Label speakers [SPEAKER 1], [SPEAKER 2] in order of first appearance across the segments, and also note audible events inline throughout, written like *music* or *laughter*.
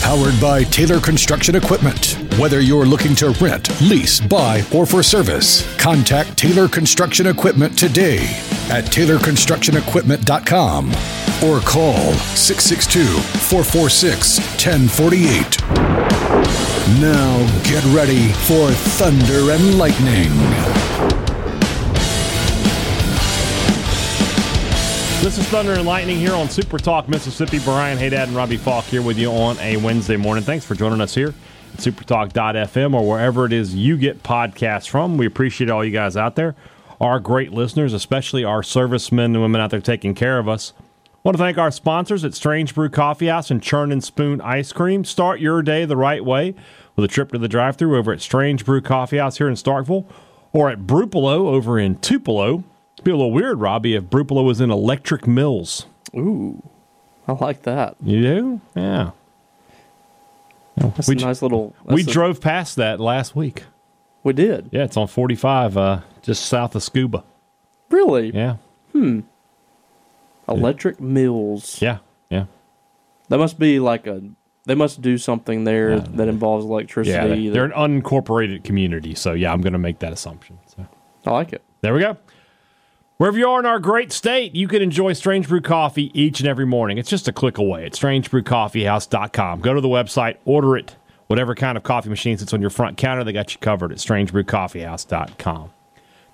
[SPEAKER 1] Powered by Taylor Construction Equipment. Whether you're looking to rent, lease, buy, or for service, contact Taylor Construction Equipment today at taylorconstructionequipment.com or call 662 446 1048. Now get ready for Thunder and Lightning.
[SPEAKER 2] This is Thunder and Lightning here on Super Talk Mississippi. Brian Haydad and Robbie Falk here with you on a Wednesday morning. Thanks for joining us here at supertalk.fm or wherever it is you get podcasts from. We appreciate all you guys out there, our great listeners, especially our servicemen and women out there taking care of us. want to thank our sponsors at Strange Brew Coffee House and Churn and Spoon Ice Cream. Start your day the right way with a trip to the drive thru over at Strange Brew Coffee House here in Starkville or at Brupolo over in Tupelo be a little weird, Robbie, if Brupolo was in Electric Mills.
[SPEAKER 3] Ooh, I like that.
[SPEAKER 2] You do? Yeah.
[SPEAKER 3] That's
[SPEAKER 2] We
[SPEAKER 3] a
[SPEAKER 2] j-
[SPEAKER 3] nice little.
[SPEAKER 2] we
[SPEAKER 3] that's a-
[SPEAKER 2] drove past that last week.
[SPEAKER 3] We did.
[SPEAKER 2] Yeah, it's on 45, uh, just south of Scuba.
[SPEAKER 3] Really?
[SPEAKER 2] Yeah.
[SPEAKER 3] Electric Mills.
[SPEAKER 2] Yeah. Yeah.
[SPEAKER 3] That must be like a. They must do something there that involves electricity.
[SPEAKER 2] Yeah. They,
[SPEAKER 3] that-
[SPEAKER 2] are an unincorporated community. So, yeah, I'm going to make that assumption. So.
[SPEAKER 3] I like it.
[SPEAKER 2] There we go. Wherever you are in our great state, you can enjoy Strange Brew Coffee each and every morning. It's just a click away at strangebrewcoffeehouse.com. Go to the website, order it, whatever kind of coffee machine sits on your front counter, they got you covered at strangebrewcoffeehouse.com.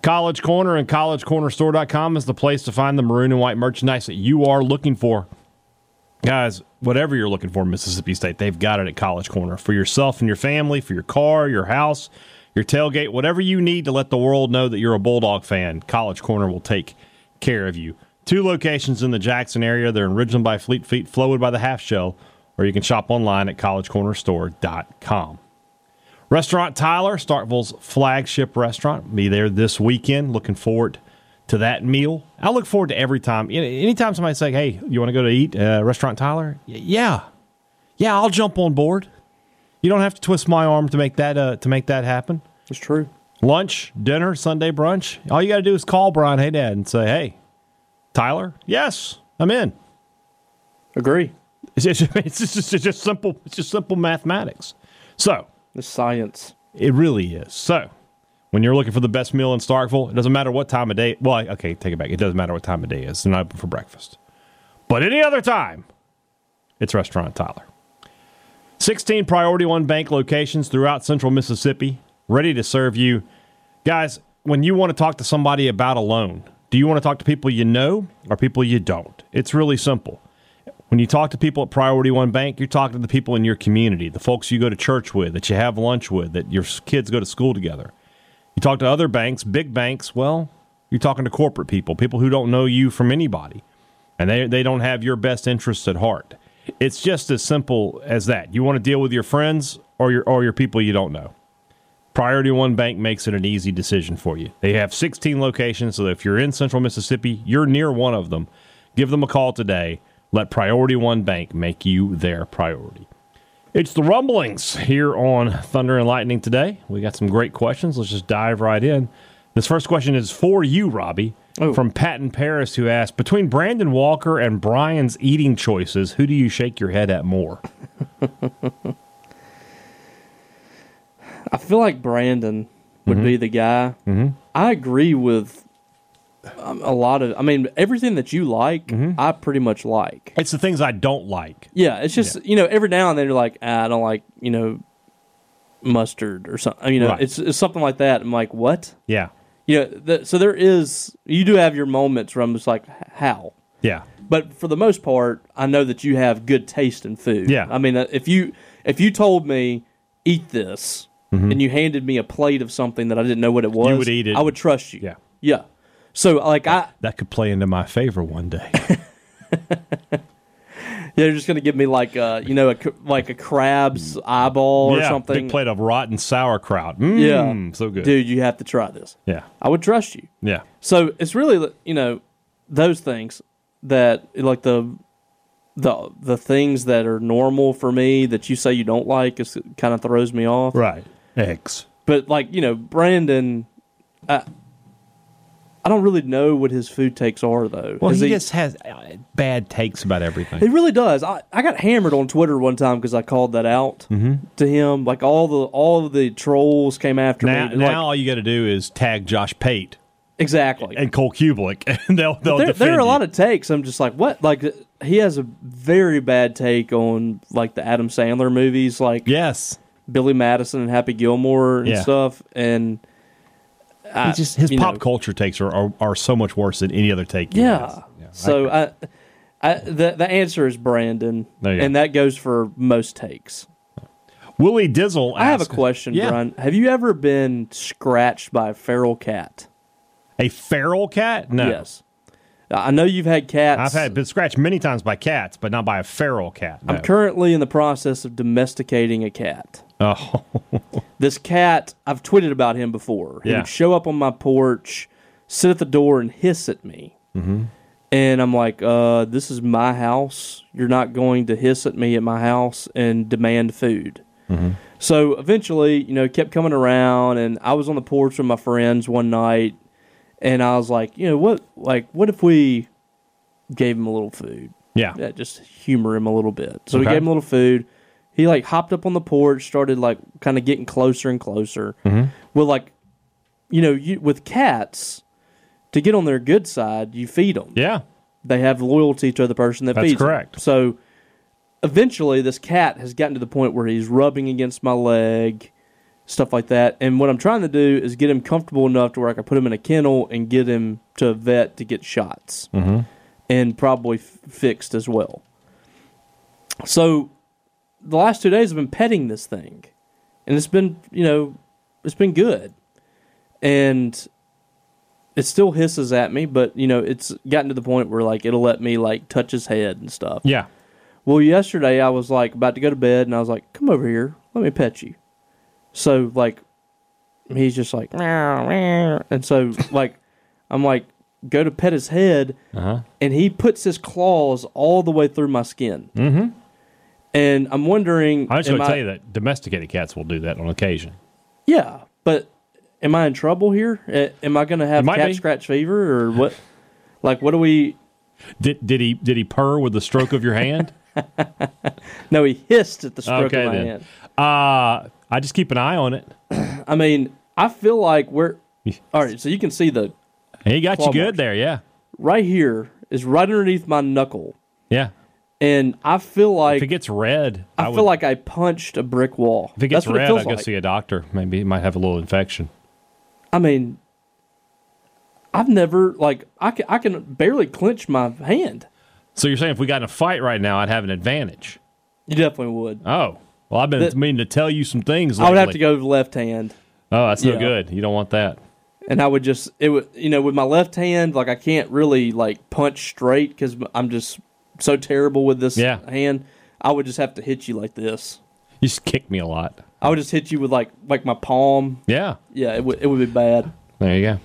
[SPEAKER 2] College Corner and collegecornerstore.com is the place to find the maroon and white merchandise that you are looking for. Guys, whatever you're looking for, in Mississippi State, they've got it at College Corner for yourself and your family, for your car, your house, your tailgate, whatever you need to let the world know that you're a Bulldog fan. College Corner will take care of you. Two locations in the Jackson area. They're in Ridgeland by Fleet Feet, Flowwood by the Half Shell, or you can shop online at collegecornerstore.com. Restaurant Tyler, Starkville's flagship restaurant. Be there this weekend. Looking forward to that meal. I look forward to every time. You know, Anytime somebody say, "Hey, you want to go to eat uh, Restaurant Tyler?" Y- yeah, yeah, I'll jump on board. You don't have to twist my arm to make that uh, to make that happen.
[SPEAKER 3] It's true.
[SPEAKER 2] Lunch, dinner, Sunday brunch. All you got to do is call Brian Hey Dad and say, "Hey, Tyler, yes, I'm in." *laughs*
[SPEAKER 3] Agree.
[SPEAKER 2] It's just, it's just, it's just simple. It's just simple mathematics. So
[SPEAKER 3] It's science.
[SPEAKER 2] It really is. So, when you're looking for the best meal in Starkville, it doesn't matter what time of day. Well, I- okay, take it back. It doesn't matter what time of day it is. They're not open for breakfast. But any other time, it's Restaurant Tyler. 16 Priority One Bank locations throughout central Mississippi, ready to serve you. Guys, when you want to talk to somebody about a loan, do you want to talk to people you know or people you don't? It's really simple. When you talk to people at Priority One Bank, you're talking to the people in your community, the folks you go to church with, that you have lunch with, that your kids go to school together. You talk to other banks, big banks, well, you're talking to corporate people, people who don't know you from anybody, and they, they don't have your best interests at heart. It's just as simple as that. You want to deal with your friends or your, or your people you don't know. Priority One Bank makes it an easy decision for you. They have 16 locations, so if you're in central Mississippi, you're near one of them. Give them a call today. Let Priority One Bank make you their priority. It's the rumblings here on Thunder and Lightning today. We got some great questions. Let's just dive right in. This first question is for you, Robbie,
[SPEAKER 3] Oh.
[SPEAKER 2] from Patton Paris, who asked Between Brandon Walker and Brian's eating choices, who do you shake your head at more?
[SPEAKER 3] I feel like Brandon would
[SPEAKER 2] Mm-hmm.
[SPEAKER 3] be the guy. I agree with um, a lot of. I mean, everything that you like,
[SPEAKER 2] Mm-hmm.
[SPEAKER 3] I pretty much like.
[SPEAKER 2] It's the things I don't like.
[SPEAKER 3] Yeah, it's just you know every now and then you're like ah, I don't like you know mustard or something. You know,
[SPEAKER 2] Right.
[SPEAKER 3] it's, it's something like that. I'm like what?
[SPEAKER 2] Yeah.
[SPEAKER 3] You know, the, so there is you do have your moments where I'm just like "H- how,
[SPEAKER 2] Yeah.
[SPEAKER 3] but for the most part, I know that you have good taste in food.
[SPEAKER 2] Yeah.
[SPEAKER 3] I mean uh, if you if you told me eat this and you handed me a plate of something that I didn't know what it was,
[SPEAKER 2] Mm-hmm. would eat it.
[SPEAKER 3] I would trust you.
[SPEAKER 2] Yeah.
[SPEAKER 3] yeah. So like I
[SPEAKER 2] That could play into my favor one day.
[SPEAKER 3] They're just gonna give me like a you know a, c- like a crab's eyeball *laughs* or
[SPEAKER 2] yeah,
[SPEAKER 3] something.
[SPEAKER 2] big plate of rotten sauerkraut. Mm,
[SPEAKER 3] Yeah.
[SPEAKER 2] so good.
[SPEAKER 3] Dude, you have to try this.
[SPEAKER 2] Yeah,
[SPEAKER 3] I would trust you.
[SPEAKER 2] yeah.
[SPEAKER 3] So it's really you know those things that like the the the things that are normal for me that you say you don't like is kind of throws me off.
[SPEAKER 2] Right. Eggs.
[SPEAKER 3] But like you know Brandon, I, I don't really know what his food takes are though.
[SPEAKER 2] Well,
[SPEAKER 3] Is
[SPEAKER 2] he, just has uh, bad takes about everything.
[SPEAKER 3] He really does. I, I got hammered on Twitter one time because I called that out
[SPEAKER 2] Mm-hmm.
[SPEAKER 3] to him. Like all the all of the trolls came after
[SPEAKER 2] now,
[SPEAKER 3] me.
[SPEAKER 2] now
[SPEAKER 3] Like-
[SPEAKER 2] all you got to do is tag Josh Pate
[SPEAKER 3] exactly.
[SPEAKER 2] and Cole Kublik, *laughs* and they'll they'll
[SPEAKER 3] there,
[SPEAKER 2] defend
[SPEAKER 3] there are a
[SPEAKER 2] you.
[SPEAKER 3] lot of takes. I'm just like, what? Like he has a very bad take on like the Adam Sandler movies, like
[SPEAKER 2] yes.
[SPEAKER 3] Billy Madison and Happy Gilmore and
[SPEAKER 2] Yeah.
[SPEAKER 3] stuff. And I,
[SPEAKER 2] It's just his
[SPEAKER 3] you
[SPEAKER 2] pop
[SPEAKER 3] know,
[SPEAKER 2] culture takes are, are are so much worse than any other take. he has.
[SPEAKER 3] Yeah.
[SPEAKER 2] Yeah, I-
[SPEAKER 3] so I, I, the the answer is Brandon,
[SPEAKER 2] There you go.
[SPEAKER 3] and that goes for most takes.
[SPEAKER 2] Willie Dizzle.
[SPEAKER 3] I have a
[SPEAKER 2] asks-
[SPEAKER 3] question,
[SPEAKER 2] Yeah.
[SPEAKER 3] Brian. Have you ever been scratched by a feral cat?
[SPEAKER 2] A feral cat? No.
[SPEAKER 3] Yes. I know you've had
[SPEAKER 2] I've
[SPEAKER 3] cats.
[SPEAKER 2] had been scratched many times by cats, but not by a feral cat.
[SPEAKER 3] I'm
[SPEAKER 2] no.
[SPEAKER 3] currently in the process of domesticating a cat.
[SPEAKER 2] Oh, *laughs*
[SPEAKER 3] This cat, I've tweeted about him before. He
[SPEAKER 2] Yeah.
[SPEAKER 3] would show up on my porch, sit at the door, and hiss at me. Mm-hmm. And I'm like, uh, this is my house. You're not going to hiss at me at my house and demand food. So eventually, you know, it kept coming around, and I was on the porch with my friends one night, and I was like, you know, what, like, what if we gave him a little food?
[SPEAKER 2] yeah.
[SPEAKER 3] that just humor him a little bit. So we
[SPEAKER 2] Okay.
[SPEAKER 3] gave him a little food. He like hopped up on the porch, started like kind of getting closer and closer.
[SPEAKER 2] Mm-hmm.
[SPEAKER 3] Well, like you know, you with cats to get on their good side, you feed them.
[SPEAKER 2] Yeah.
[SPEAKER 3] They have loyalty to the person that
[SPEAKER 2] That's
[SPEAKER 3] feeds. 'em.
[SPEAKER 2] correct.
[SPEAKER 3] So eventually, this cat has gotten to the point where he's rubbing against my leg, stuff like that. And what I'm trying to do is get him comfortable enough to where I can put him in a kennel and get him to a vet to get shots
[SPEAKER 2] Mm-hmm.
[SPEAKER 3] and probably f- fixed as well. So the last two days I've been petting this thing, and it's been you know it's been good, and it still hisses at me, but you know it's gotten to the point where like it'll let me like touch his head and stuff.
[SPEAKER 2] Yeah.
[SPEAKER 3] Well, yesterday I was like about to go to bed, and I was like, "Come over here, let me pet you." So like, he's just like, "Meow, meow." and so like, I'm like, go to pet his head,
[SPEAKER 2] Uh-huh.
[SPEAKER 3] and he puts his claws all the way through my skin. Mm-hmm. And I'm wondering,
[SPEAKER 2] I'm just
[SPEAKER 3] am
[SPEAKER 2] going to
[SPEAKER 3] I-
[SPEAKER 2] tell you that domesticated cats will do that on occasion.
[SPEAKER 3] yeah, but am I in trouble here? A- Am I going to have
[SPEAKER 2] might
[SPEAKER 3] cat
[SPEAKER 2] be.
[SPEAKER 3] scratch fever or what? like, what do we?
[SPEAKER 2] Did did he did he purr with the stroke of your hand?
[SPEAKER 3] No, he hissed at the *laughs* stroke
[SPEAKER 2] okay
[SPEAKER 3] of my
[SPEAKER 2] then.
[SPEAKER 3] hand.
[SPEAKER 2] Uh I just keep an eye on it.
[SPEAKER 3] I mean, I feel
[SPEAKER 2] *laughs*
[SPEAKER 3] like we're all right. So you can see the
[SPEAKER 2] He got
[SPEAKER 3] Claw
[SPEAKER 2] you good
[SPEAKER 3] marks.
[SPEAKER 2] there. Yeah.
[SPEAKER 3] right here is right underneath my knuckle,
[SPEAKER 2] Yeah.
[SPEAKER 3] and I feel
[SPEAKER 2] If
[SPEAKER 3] like
[SPEAKER 2] it gets red,
[SPEAKER 3] I,
[SPEAKER 2] would-
[SPEAKER 3] feel like I punched a brick wall.
[SPEAKER 2] if it gets
[SPEAKER 3] That's what
[SPEAKER 2] red,
[SPEAKER 3] it feels
[SPEAKER 2] I'd go
[SPEAKER 3] like.
[SPEAKER 2] see a doctor. Maybe he might have a little infection.
[SPEAKER 3] I mean, I've never like I can I can barely clench my hand.
[SPEAKER 2] So you're saying if we got in a fight right now, I'd have an advantage?
[SPEAKER 3] You definitely would.
[SPEAKER 2] Oh, well, I've been
[SPEAKER 3] The-
[SPEAKER 2] meaning to tell you some things.
[SPEAKER 3] I would have
[SPEAKER 2] lately.
[SPEAKER 3] to go left hand,
[SPEAKER 2] Oh, that's no
[SPEAKER 3] Yeah.
[SPEAKER 2] good. You don't want that.
[SPEAKER 3] and I would just it would you know with my left hand like I can't really like punch straight because I'm just so terrible with this
[SPEAKER 2] Yeah.
[SPEAKER 3] hand. I would just have to hit you like this.
[SPEAKER 2] You just kick me a lot.
[SPEAKER 3] I would just hit you with like like my palm.
[SPEAKER 2] Yeah.
[SPEAKER 3] Yeah, it would it would be bad.
[SPEAKER 2] There you go.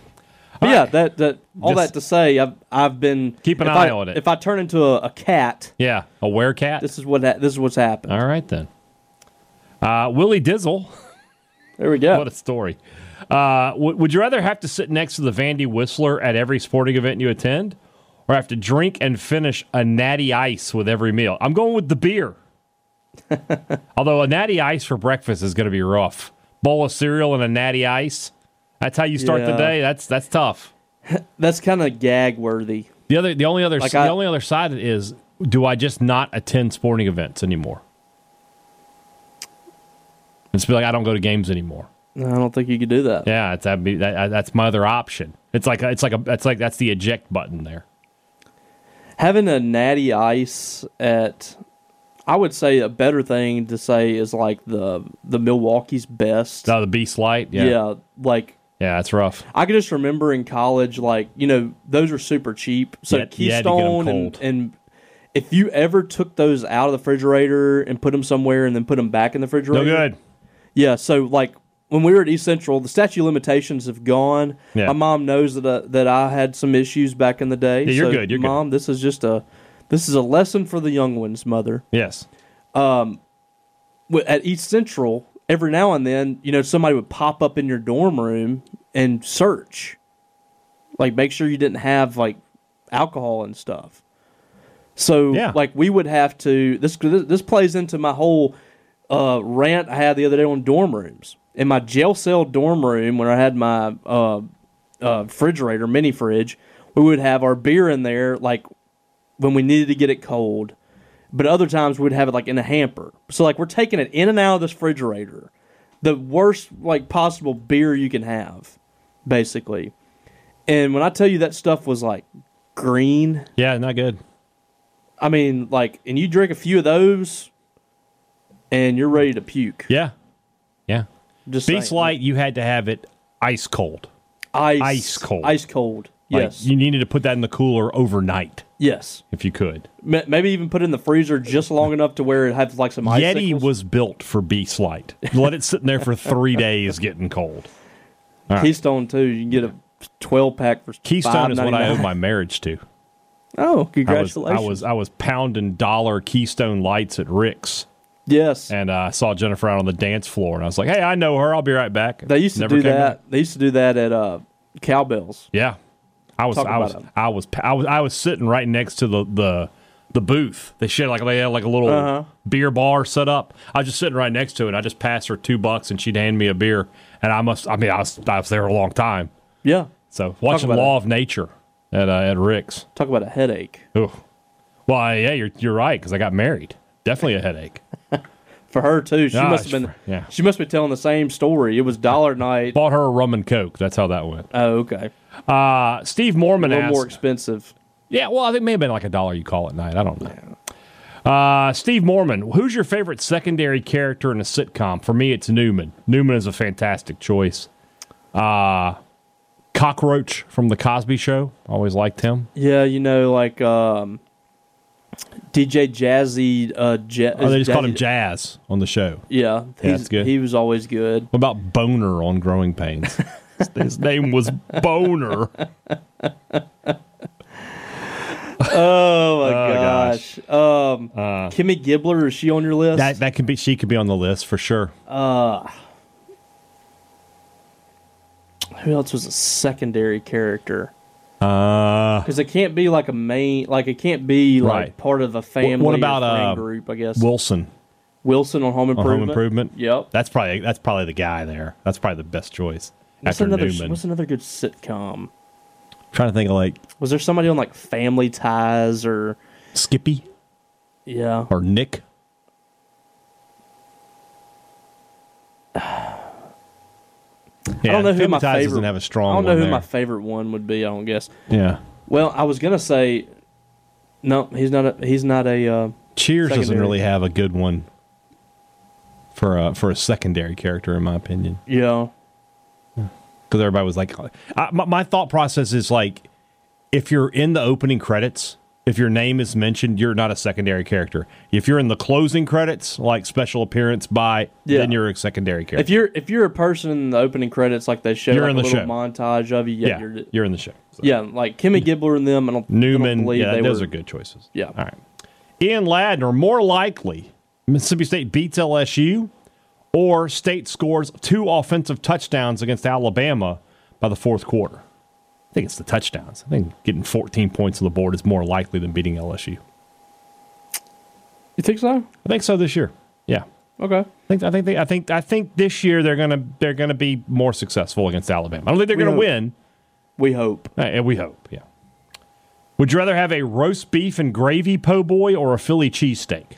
[SPEAKER 3] But yeah, that that all
[SPEAKER 2] Just-
[SPEAKER 3] that to say, I've I've been
[SPEAKER 2] Keep an
[SPEAKER 3] if
[SPEAKER 2] eye
[SPEAKER 3] I-
[SPEAKER 2] on it.
[SPEAKER 3] If I turn into a, a cat,
[SPEAKER 2] Yeah. A werecat.
[SPEAKER 3] this is what ha- this is what's happened.
[SPEAKER 2] All right, then. Uh, Willie Dizzle. *laughs*
[SPEAKER 3] There we go.
[SPEAKER 2] what a story. Uh, w- would you rather have to sit next to the Vandy Whistler at every sporting event you attend or have to drink and finish a natty ice with every meal? I'm going with the beer. Although a natty ice for breakfast is going to be rough. Bowl of cereal and a natty ice. That's how you start the
[SPEAKER 3] Yeah.
[SPEAKER 2] day. That's that's tough.
[SPEAKER 3] That's kind of gag worthy.
[SPEAKER 2] The other, the only other,
[SPEAKER 3] Like
[SPEAKER 2] the
[SPEAKER 3] I-
[SPEAKER 2] only other side is, do I just not attend sporting events anymore? It's be like I don't go to games anymore.
[SPEAKER 3] No, I don't think you could do that.
[SPEAKER 2] Yeah, it's, that'd be, that, that's my other option. It's like a, it's like a, that's like that's the eject button there.
[SPEAKER 3] Having a natty ice at, I would say a better thing to say is like the the Milwaukee's best.
[SPEAKER 2] Oh, the beast light. Yeah,
[SPEAKER 3] yeah.
[SPEAKER 2] yeah,
[SPEAKER 3] like
[SPEAKER 2] that's rough.
[SPEAKER 3] I can just remember in college, like you know, those are super cheap. So
[SPEAKER 2] You had- you had to get 'em
[SPEAKER 3] Keystone and,
[SPEAKER 2] cold.
[SPEAKER 3] and If you ever took those out of the refrigerator and put them somewhere and then put them back in the
[SPEAKER 2] No
[SPEAKER 3] refrigerator,
[SPEAKER 2] good.
[SPEAKER 3] Yeah, so like when we were at East Central, the statute of limitations have gone.
[SPEAKER 2] Yeah.
[SPEAKER 3] My mom knows that uh, that I had some issues back in the day.
[SPEAKER 2] Yeah, you're
[SPEAKER 3] so,
[SPEAKER 2] good, you're good.
[SPEAKER 3] mom, this is just a this is a lesson for the young ones, mother.
[SPEAKER 2] Yes.
[SPEAKER 3] Wi- At East Central, every now and then, you know, somebody would pop up in your dorm room and search, like make sure you didn't have like alcohol and stuff. So
[SPEAKER 2] Yeah.
[SPEAKER 3] like we would have to this this this plays into my whole uh, rant I had the other day on dorm rooms. In my jail cell dorm room, when I had my uh, uh, refrigerator mini fridge, we would have our beer in there like when we needed to get it cold. But other times we'd have it like in a hamper. So like we're taking it in and out of this refrigerator, the worst like possible beer you can have, basically. And when I tell you that stuff was like green,
[SPEAKER 2] Yeah, not good.
[SPEAKER 3] I mean, like, and you drink a few of those, and you're ready to puke.
[SPEAKER 2] Yeah. Yeah.
[SPEAKER 3] Just
[SPEAKER 2] Beats
[SPEAKER 3] saying.
[SPEAKER 2] Light, you had to have it ice cold.
[SPEAKER 3] ice,
[SPEAKER 2] ice cold.
[SPEAKER 3] ice cold.
[SPEAKER 2] Like,
[SPEAKER 3] Yes,
[SPEAKER 2] you needed to put that in the cooler overnight
[SPEAKER 3] yes.
[SPEAKER 2] if you could.
[SPEAKER 3] Ma- Maybe even put it in the freezer just long enough to where it had like some ice.
[SPEAKER 2] Yeti was built for Beast Light. Let it sit in there for
[SPEAKER 3] *laughs*
[SPEAKER 2] three days getting cold.
[SPEAKER 3] Keystone too. You can get a twelve pack for
[SPEAKER 2] Keystone is what I owe
[SPEAKER 3] $5.99.
[SPEAKER 2] my marriage to.
[SPEAKER 3] Oh,
[SPEAKER 2] I was, I
[SPEAKER 3] congratulations!
[SPEAKER 2] was I was pounding dollar Keystone lights at Rick's,
[SPEAKER 3] yes.
[SPEAKER 2] and uh, I saw Jennifer out on the dance floor, and I was like, "Hey, I know her. I'll be right back."
[SPEAKER 3] They used to
[SPEAKER 2] Never
[SPEAKER 3] do
[SPEAKER 2] came
[SPEAKER 3] that.
[SPEAKER 2] back.
[SPEAKER 3] They used to do that at uh, cowbells.
[SPEAKER 2] Yeah, I was
[SPEAKER 3] Talk
[SPEAKER 2] I was,
[SPEAKER 3] about 'em.
[SPEAKER 2] I was pa- I was I was sitting right next to the the the booth. They shit like they had like a little
[SPEAKER 3] Uh-huh.
[SPEAKER 2] beer bar set up. I was just sitting right next to it. I just passed her two bucks, and she'd hand me a beer, and I must I mean I was I was there a long time.
[SPEAKER 3] Yeah,
[SPEAKER 2] So watching
[SPEAKER 3] about
[SPEAKER 2] Law of Nature at uh, at Rick's.
[SPEAKER 3] talk about a headache
[SPEAKER 2] Ooh. Well, yeah, you're you're right because I got married. Definitely a headache.
[SPEAKER 3] for her too. She
[SPEAKER 2] Ah,
[SPEAKER 3] must have been.
[SPEAKER 2] for- yeah.
[SPEAKER 3] She must be telling the same story. It was dollar night.
[SPEAKER 2] Bought her a rum and coke. That's how that went.
[SPEAKER 3] Oh, okay.
[SPEAKER 2] Uh, Steve Mormon
[SPEAKER 3] A little
[SPEAKER 2] asked.
[SPEAKER 3] more expensive.
[SPEAKER 2] yeah, well, I think it may have been like a dollar you call at night. I don't know. Uh, Steve Mormon, who's your favorite secondary character in a sitcom? For me, it's Newman. Newman is a fantastic choice. Uh, Cockroach from The Cosby Show. Always liked him.
[SPEAKER 3] Yeah, you know, like um, DJ Jazzy. Uh, ja-
[SPEAKER 2] Oh, they just called him
[SPEAKER 3] Jazzy-
[SPEAKER 2] Jazz on the show.
[SPEAKER 3] Yeah, he's-
[SPEAKER 2] that's good.
[SPEAKER 3] He was always good.
[SPEAKER 2] What about Boner on Growing *laughs* Pains? His name was Boner.
[SPEAKER 3] Oh my
[SPEAKER 2] gosh. Uh.
[SPEAKER 3] gosh. Um, Kimmy Gibbler is she on your list?
[SPEAKER 2] That that could be she could be on the list for sure.
[SPEAKER 3] Who else was a secondary character?
[SPEAKER 2] Uh,
[SPEAKER 3] Because it can't be like a main, like it can't be like
[SPEAKER 2] Right.
[SPEAKER 3] part of a family.
[SPEAKER 2] what
[SPEAKER 3] or
[SPEAKER 2] about,
[SPEAKER 3] friend
[SPEAKER 2] uh,
[SPEAKER 3] group? I guess
[SPEAKER 2] Wilson
[SPEAKER 3] Wilson on Home
[SPEAKER 2] on
[SPEAKER 3] Improvement.
[SPEAKER 2] Home Improvement.
[SPEAKER 3] Yep.
[SPEAKER 2] that's probably that's probably the guy there. That's probably the best choice
[SPEAKER 3] What's
[SPEAKER 2] after
[SPEAKER 3] another?
[SPEAKER 2] Newman.
[SPEAKER 3] What's another good sitcom?
[SPEAKER 2] Trying to think of like
[SPEAKER 3] Was there somebody on like Family Ties or
[SPEAKER 2] Skippy
[SPEAKER 3] yeah?
[SPEAKER 2] or
[SPEAKER 3] *sighs*
[SPEAKER 2] Nick.
[SPEAKER 3] I don't know who my
[SPEAKER 2] Ties
[SPEAKER 3] favorite.
[SPEAKER 2] doesn't have a strong.
[SPEAKER 3] I don't know
[SPEAKER 2] one
[SPEAKER 3] who
[SPEAKER 2] there.
[SPEAKER 3] my favorite one would be. I don't guess.
[SPEAKER 2] yeah.
[SPEAKER 3] Well, I was gonna say, no, he's not. A, he's not a. Uh,
[SPEAKER 2] Cheers doesn't
[SPEAKER 3] Secondary.
[SPEAKER 2] really have a good one for a for a secondary character, in my opinion.
[SPEAKER 3] yeah,
[SPEAKER 2] because everybody was like, I, my, my thought process is like, if you're in the opening credits, if your name is mentioned, you're not a secondary character. If you're in the closing credits, like special appearance by,
[SPEAKER 3] Yeah.
[SPEAKER 2] then you're a secondary character.
[SPEAKER 3] if you're if you're a person in the opening credits, like they show
[SPEAKER 2] You're
[SPEAKER 3] like,
[SPEAKER 2] in
[SPEAKER 3] a
[SPEAKER 2] the
[SPEAKER 3] little
[SPEAKER 2] show.
[SPEAKER 3] montage of you. Yeah,
[SPEAKER 2] yeah,
[SPEAKER 3] You're,
[SPEAKER 2] you're, in the show. So.
[SPEAKER 3] yeah, like Kimmy Gibbler and them. I don't. I don't
[SPEAKER 2] Newman,
[SPEAKER 3] believe
[SPEAKER 2] yeah,
[SPEAKER 3] they
[SPEAKER 2] those
[SPEAKER 3] were-
[SPEAKER 2] are good choices.
[SPEAKER 3] Yeah.
[SPEAKER 2] All right. Ian Ladner, more likely Mississippi State beats LSU or State scores two offensive touchdowns against Alabama by the fourth quarter. I think it's the touchdowns. I think getting 14 points on the board is more likely than beating LSU.
[SPEAKER 3] You think so?
[SPEAKER 2] I think so this year. Yeah.
[SPEAKER 3] Okay.
[SPEAKER 2] I think I think they, I think I think this year they're gonna they're gonna be more successful against Alabama. I don't think they're
[SPEAKER 3] We
[SPEAKER 2] gonna
[SPEAKER 3] hope.
[SPEAKER 2] win.
[SPEAKER 3] We hope.
[SPEAKER 2] Uh, and we hope, yeah. Would you rather have a roast beef and gravy po' boy or a Philly cheesesteak?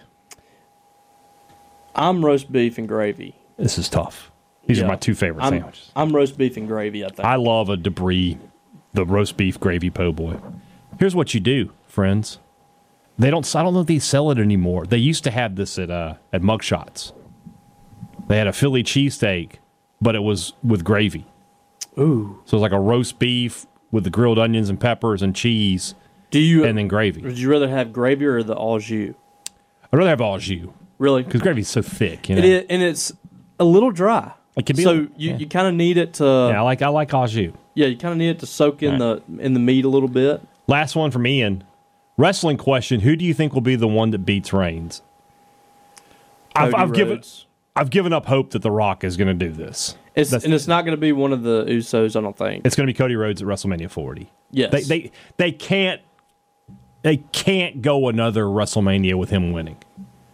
[SPEAKER 3] I'm roast beef and gravy.
[SPEAKER 2] This is tough. These are
[SPEAKER 3] Yeah.
[SPEAKER 2] my two favorite
[SPEAKER 3] I'm,
[SPEAKER 2] sandwiches.
[SPEAKER 3] I'm roast beef and gravy, I think.
[SPEAKER 2] I love a debris, the roast beef gravy po' boy. Here's what you do, friends. They don't. I don't know if they sell it anymore. They used to have this at uh, at Mugshots. They had a Philly cheesesteak, but it was with gravy.
[SPEAKER 3] Ooh.
[SPEAKER 2] So it was like a roast beef with the grilled onions and peppers and cheese.
[SPEAKER 3] Do you?
[SPEAKER 2] and then gravy.
[SPEAKER 3] would you rather have gravy or the au jus?
[SPEAKER 2] I'd rather have all jus
[SPEAKER 3] Really?
[SPEAKER 2] because gravy's so thick. You know?
[SPEAKER 3] It is, and it's a little dry.
[SPEAKER 2] It can be a
[SPEAKER 3] so
[SPEAKER 2] little-
[SPEAKER 3] you,
[SPEAKER 2] yeah.
[SPEAKER 3] you kind of need it to
[SPEAKER 2] Yeah, I
[SPEAKER 3] yeah,
[SPEAKER 2] like I like au jus.
[SPEAKER 3] you kind of need it to soak
[SPEAKER 2] Right.
[SPEAKER 3] in the in the meat a little bit.
[SPEAKER 2] Last one from Ian. Wrestling question: Who do you think will be the one that beats Reigns? I've,
[SPEAKER 3] Cody
[SPEAKER 2] I've given
[SPEAKER 3] Rhodes.
[SPEAKER 2] I've given up hope that The Rock is going to do this.
[SPEAKER 3] It's,
[SPEAKER 2] That's-
[SPEAKER 3] and it's not going to be one of the Usos, I don't think.
[SPEAKER 2] It's going to be Cody Rhodes at WrestleMania 40.
[SPEAKER 3] Yes.
[SPEAKER 2] They they they can't they can't go another WrestleMania with him winning.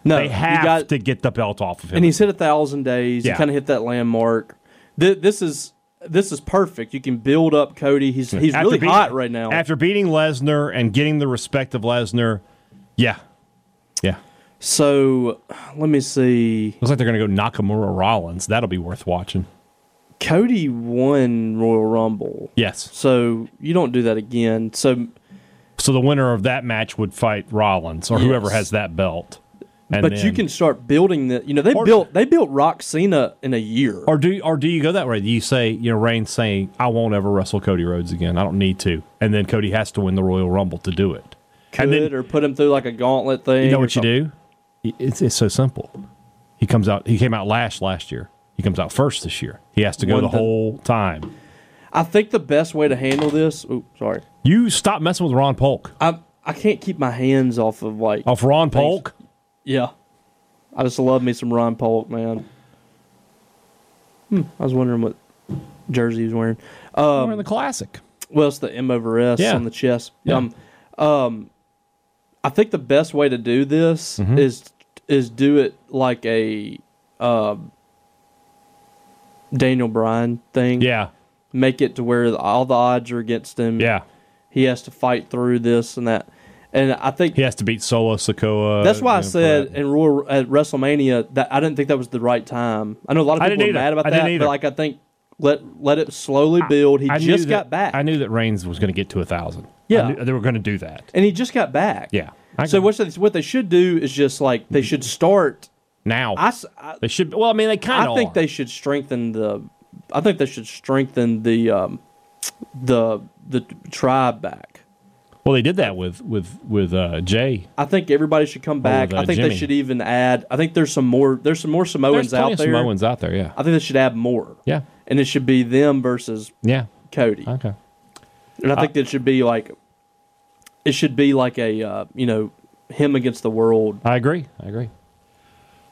[SPEAKER 3] no,
[SPEAKER 2] They
[SPEAKER 3] Uh, you
[SPEAKER 2] have
[SPEAKER 3] got-
[SPEAKER 2] to get the belt off of him.
[SPEAKER 3] And he's hit a thousand days.
[SPEAKER 2] Yeah.
[SPEAKER 3] He kind of hit that landmark. Th- this is this is perfect. You can build up Cody. He's he's
[SPEAKER 2] After
[SPEAKER 3] really
[SPEAKER 2] beat-
[SPEAKER 3] hot right now.
[SPEAKER 2] After beating Lesnar and getting the respect of Lesnar, yeah, yeah.
[SPEAKER 3] so let me see.
[SPEAKER 2] Looks like they're going to go Nakamura Rollins. That'll be worth watching.
[SPEAKER 3] Cody won Royal Rumble.
[SPEAKER 2] Yes.
[SPEAKER 3] So you don't do that again. So
[SPEAKER 2] So the winner of that match would fight Rollins or whoever
[SPEAKER 3] Yes.
[SPEAKER 2] has that belt. And
[SPEAKER 3] but
[SPEAKER 2] then-
[SPEAKER 3] you can start building the you know they
[SPEAKER 2] Or-
[SPEAKER 3] built they built Rock Cena in a year.
[SPEAKER 2] Or do or do you go that way? Do you say you know Reigns saying I won't ever wrestle Cody Rhodes again? I don't need to, and then Cody has to win the Royal Rumble to do it.
[SPEAKER 3] could
[SPEAKER 2] and then
[SPEAKER 3] or put him through like a gauntlet thing.
[SPEAKER 2] you know
[SPEAKER 3] or
[SPEAKER 2] what you
[SPEAKER 3] something.
[SPEAKER 2] do? I- It's it's so simple. He comes out. He came out last last year. He comes out first this year. He has to go
[SPEAKER 3] One
[SPEAKER 2] the
[SPEAKER 3] does-
[SPEAKER 2] whole time.
[SPEAKER 3] I think the best way to handle this. Ooh, sorry.
[SPEAKER 2] You stop messing with Ron Polk.
[SPEAKER 3] I I can't keep my hands off of like
[SPEAKER 2] Off Ron Polk.
[SPEAKER 3] yeah. I just love me some Ron Polk, man. Hmm, I was wondering what jersey he was wearing. Uh,
[SPEAKER 2] We're in the classic.
[SPEAKER 3] Well, it's the M over S
[SPEAKER 2] Yeah.
[SPEAKER 3] on the chest.
[SPEAKER 2] Yeah.
[SPEAKER 3] Um, um, I think the best way to do this
[SPEAKER 2] Mm-hmm.
[SPEAKER 3] is is do it like a um, Daniel Bryan thing.
[SPEAKER 2] Yeah,
[SPEAKER 3] Make it to where all the odds are against him.
[SPEAKER 2] yeah.
[SPEAKER 3] He has to fight through this and that. And I think
[SPEAKER 2] He has to beat Solo Sokoa.
[SPEAKER 3] that's why
[SPEAKER 2] you
[SPEAKER 3] I
[SPEAKER 2] know, for
[SPEAKER 3] said
[SPEAKER 2] that.
[SPEAKER 3] in Royal at WrestleMania that I didn't think that was the right time. I know a lot of
[SPEAKER 2] I
[SPEAKER 3] people are
[SPEAKER 2] didn't either.
[SPEAKER 3] mad about
[SPEAKER 2] I didn't
[SPEAKER 3] that,
[SPEAKER 2] either.
[SPEAKER 3] but like I think let let it slowly build. He
[SPEAKER 2] I knew
[SPEAKER 3] just
[SPEAKER 2] that-
[SPEAKER 3] got back.
[SPEAKER 2] I knew that Reigns was going to get to a thousand.
[SPEAKER 3] Yeah.
[SPEAKER 2] I knew they were going to do that.
[SPEAKER 3] and he just got back.
[SPEAKER 2] Yeah. I
[SPEAKER 3] so
[SPEAKER 2] agree.
[SPEAKER 3] what they, what they should do is just like they should start.
[SPEAKER 2] Now
[SPEAKER 3] I, s- I-
[SPEAKER 2] they should. Well, I mean, they kind of.
[SPEAKER 3] I think they should strengthen the. I think they should strengthen the um, the the tribe back.
[SPEAKER 2] Well, they did that with with with uh, Jay.
[SPEAKER 3] I think everybody should come back.
[SPEAKER 2] uh,
[SPEAKER 3] I think
[SPEAKER 2] Jimmy.
[SPEAKER 3] they should even add. I think there's some more. There's some more Samoans
[SPEAKER 2] There's plenty
[SPEAKER 3] out
[SPEAKER 2] of
[SPEAKER 3] there.
[SPEAKER 2] Samoans out there. Yeah.
[SPEAKER 3] I think they should add more.
[SPEAKER 2] Yeah.
[SPEAKER 3] And it should be them versus
[SPEAKER 2] Yeah.
[SPEAKER 3] Cody.
[SPEAKER 2] Okay.
[SPEAKER 3] And I think it should be like. It should be like a uh, you know him against the world.
[SPEAKER 2] I agree. I agree.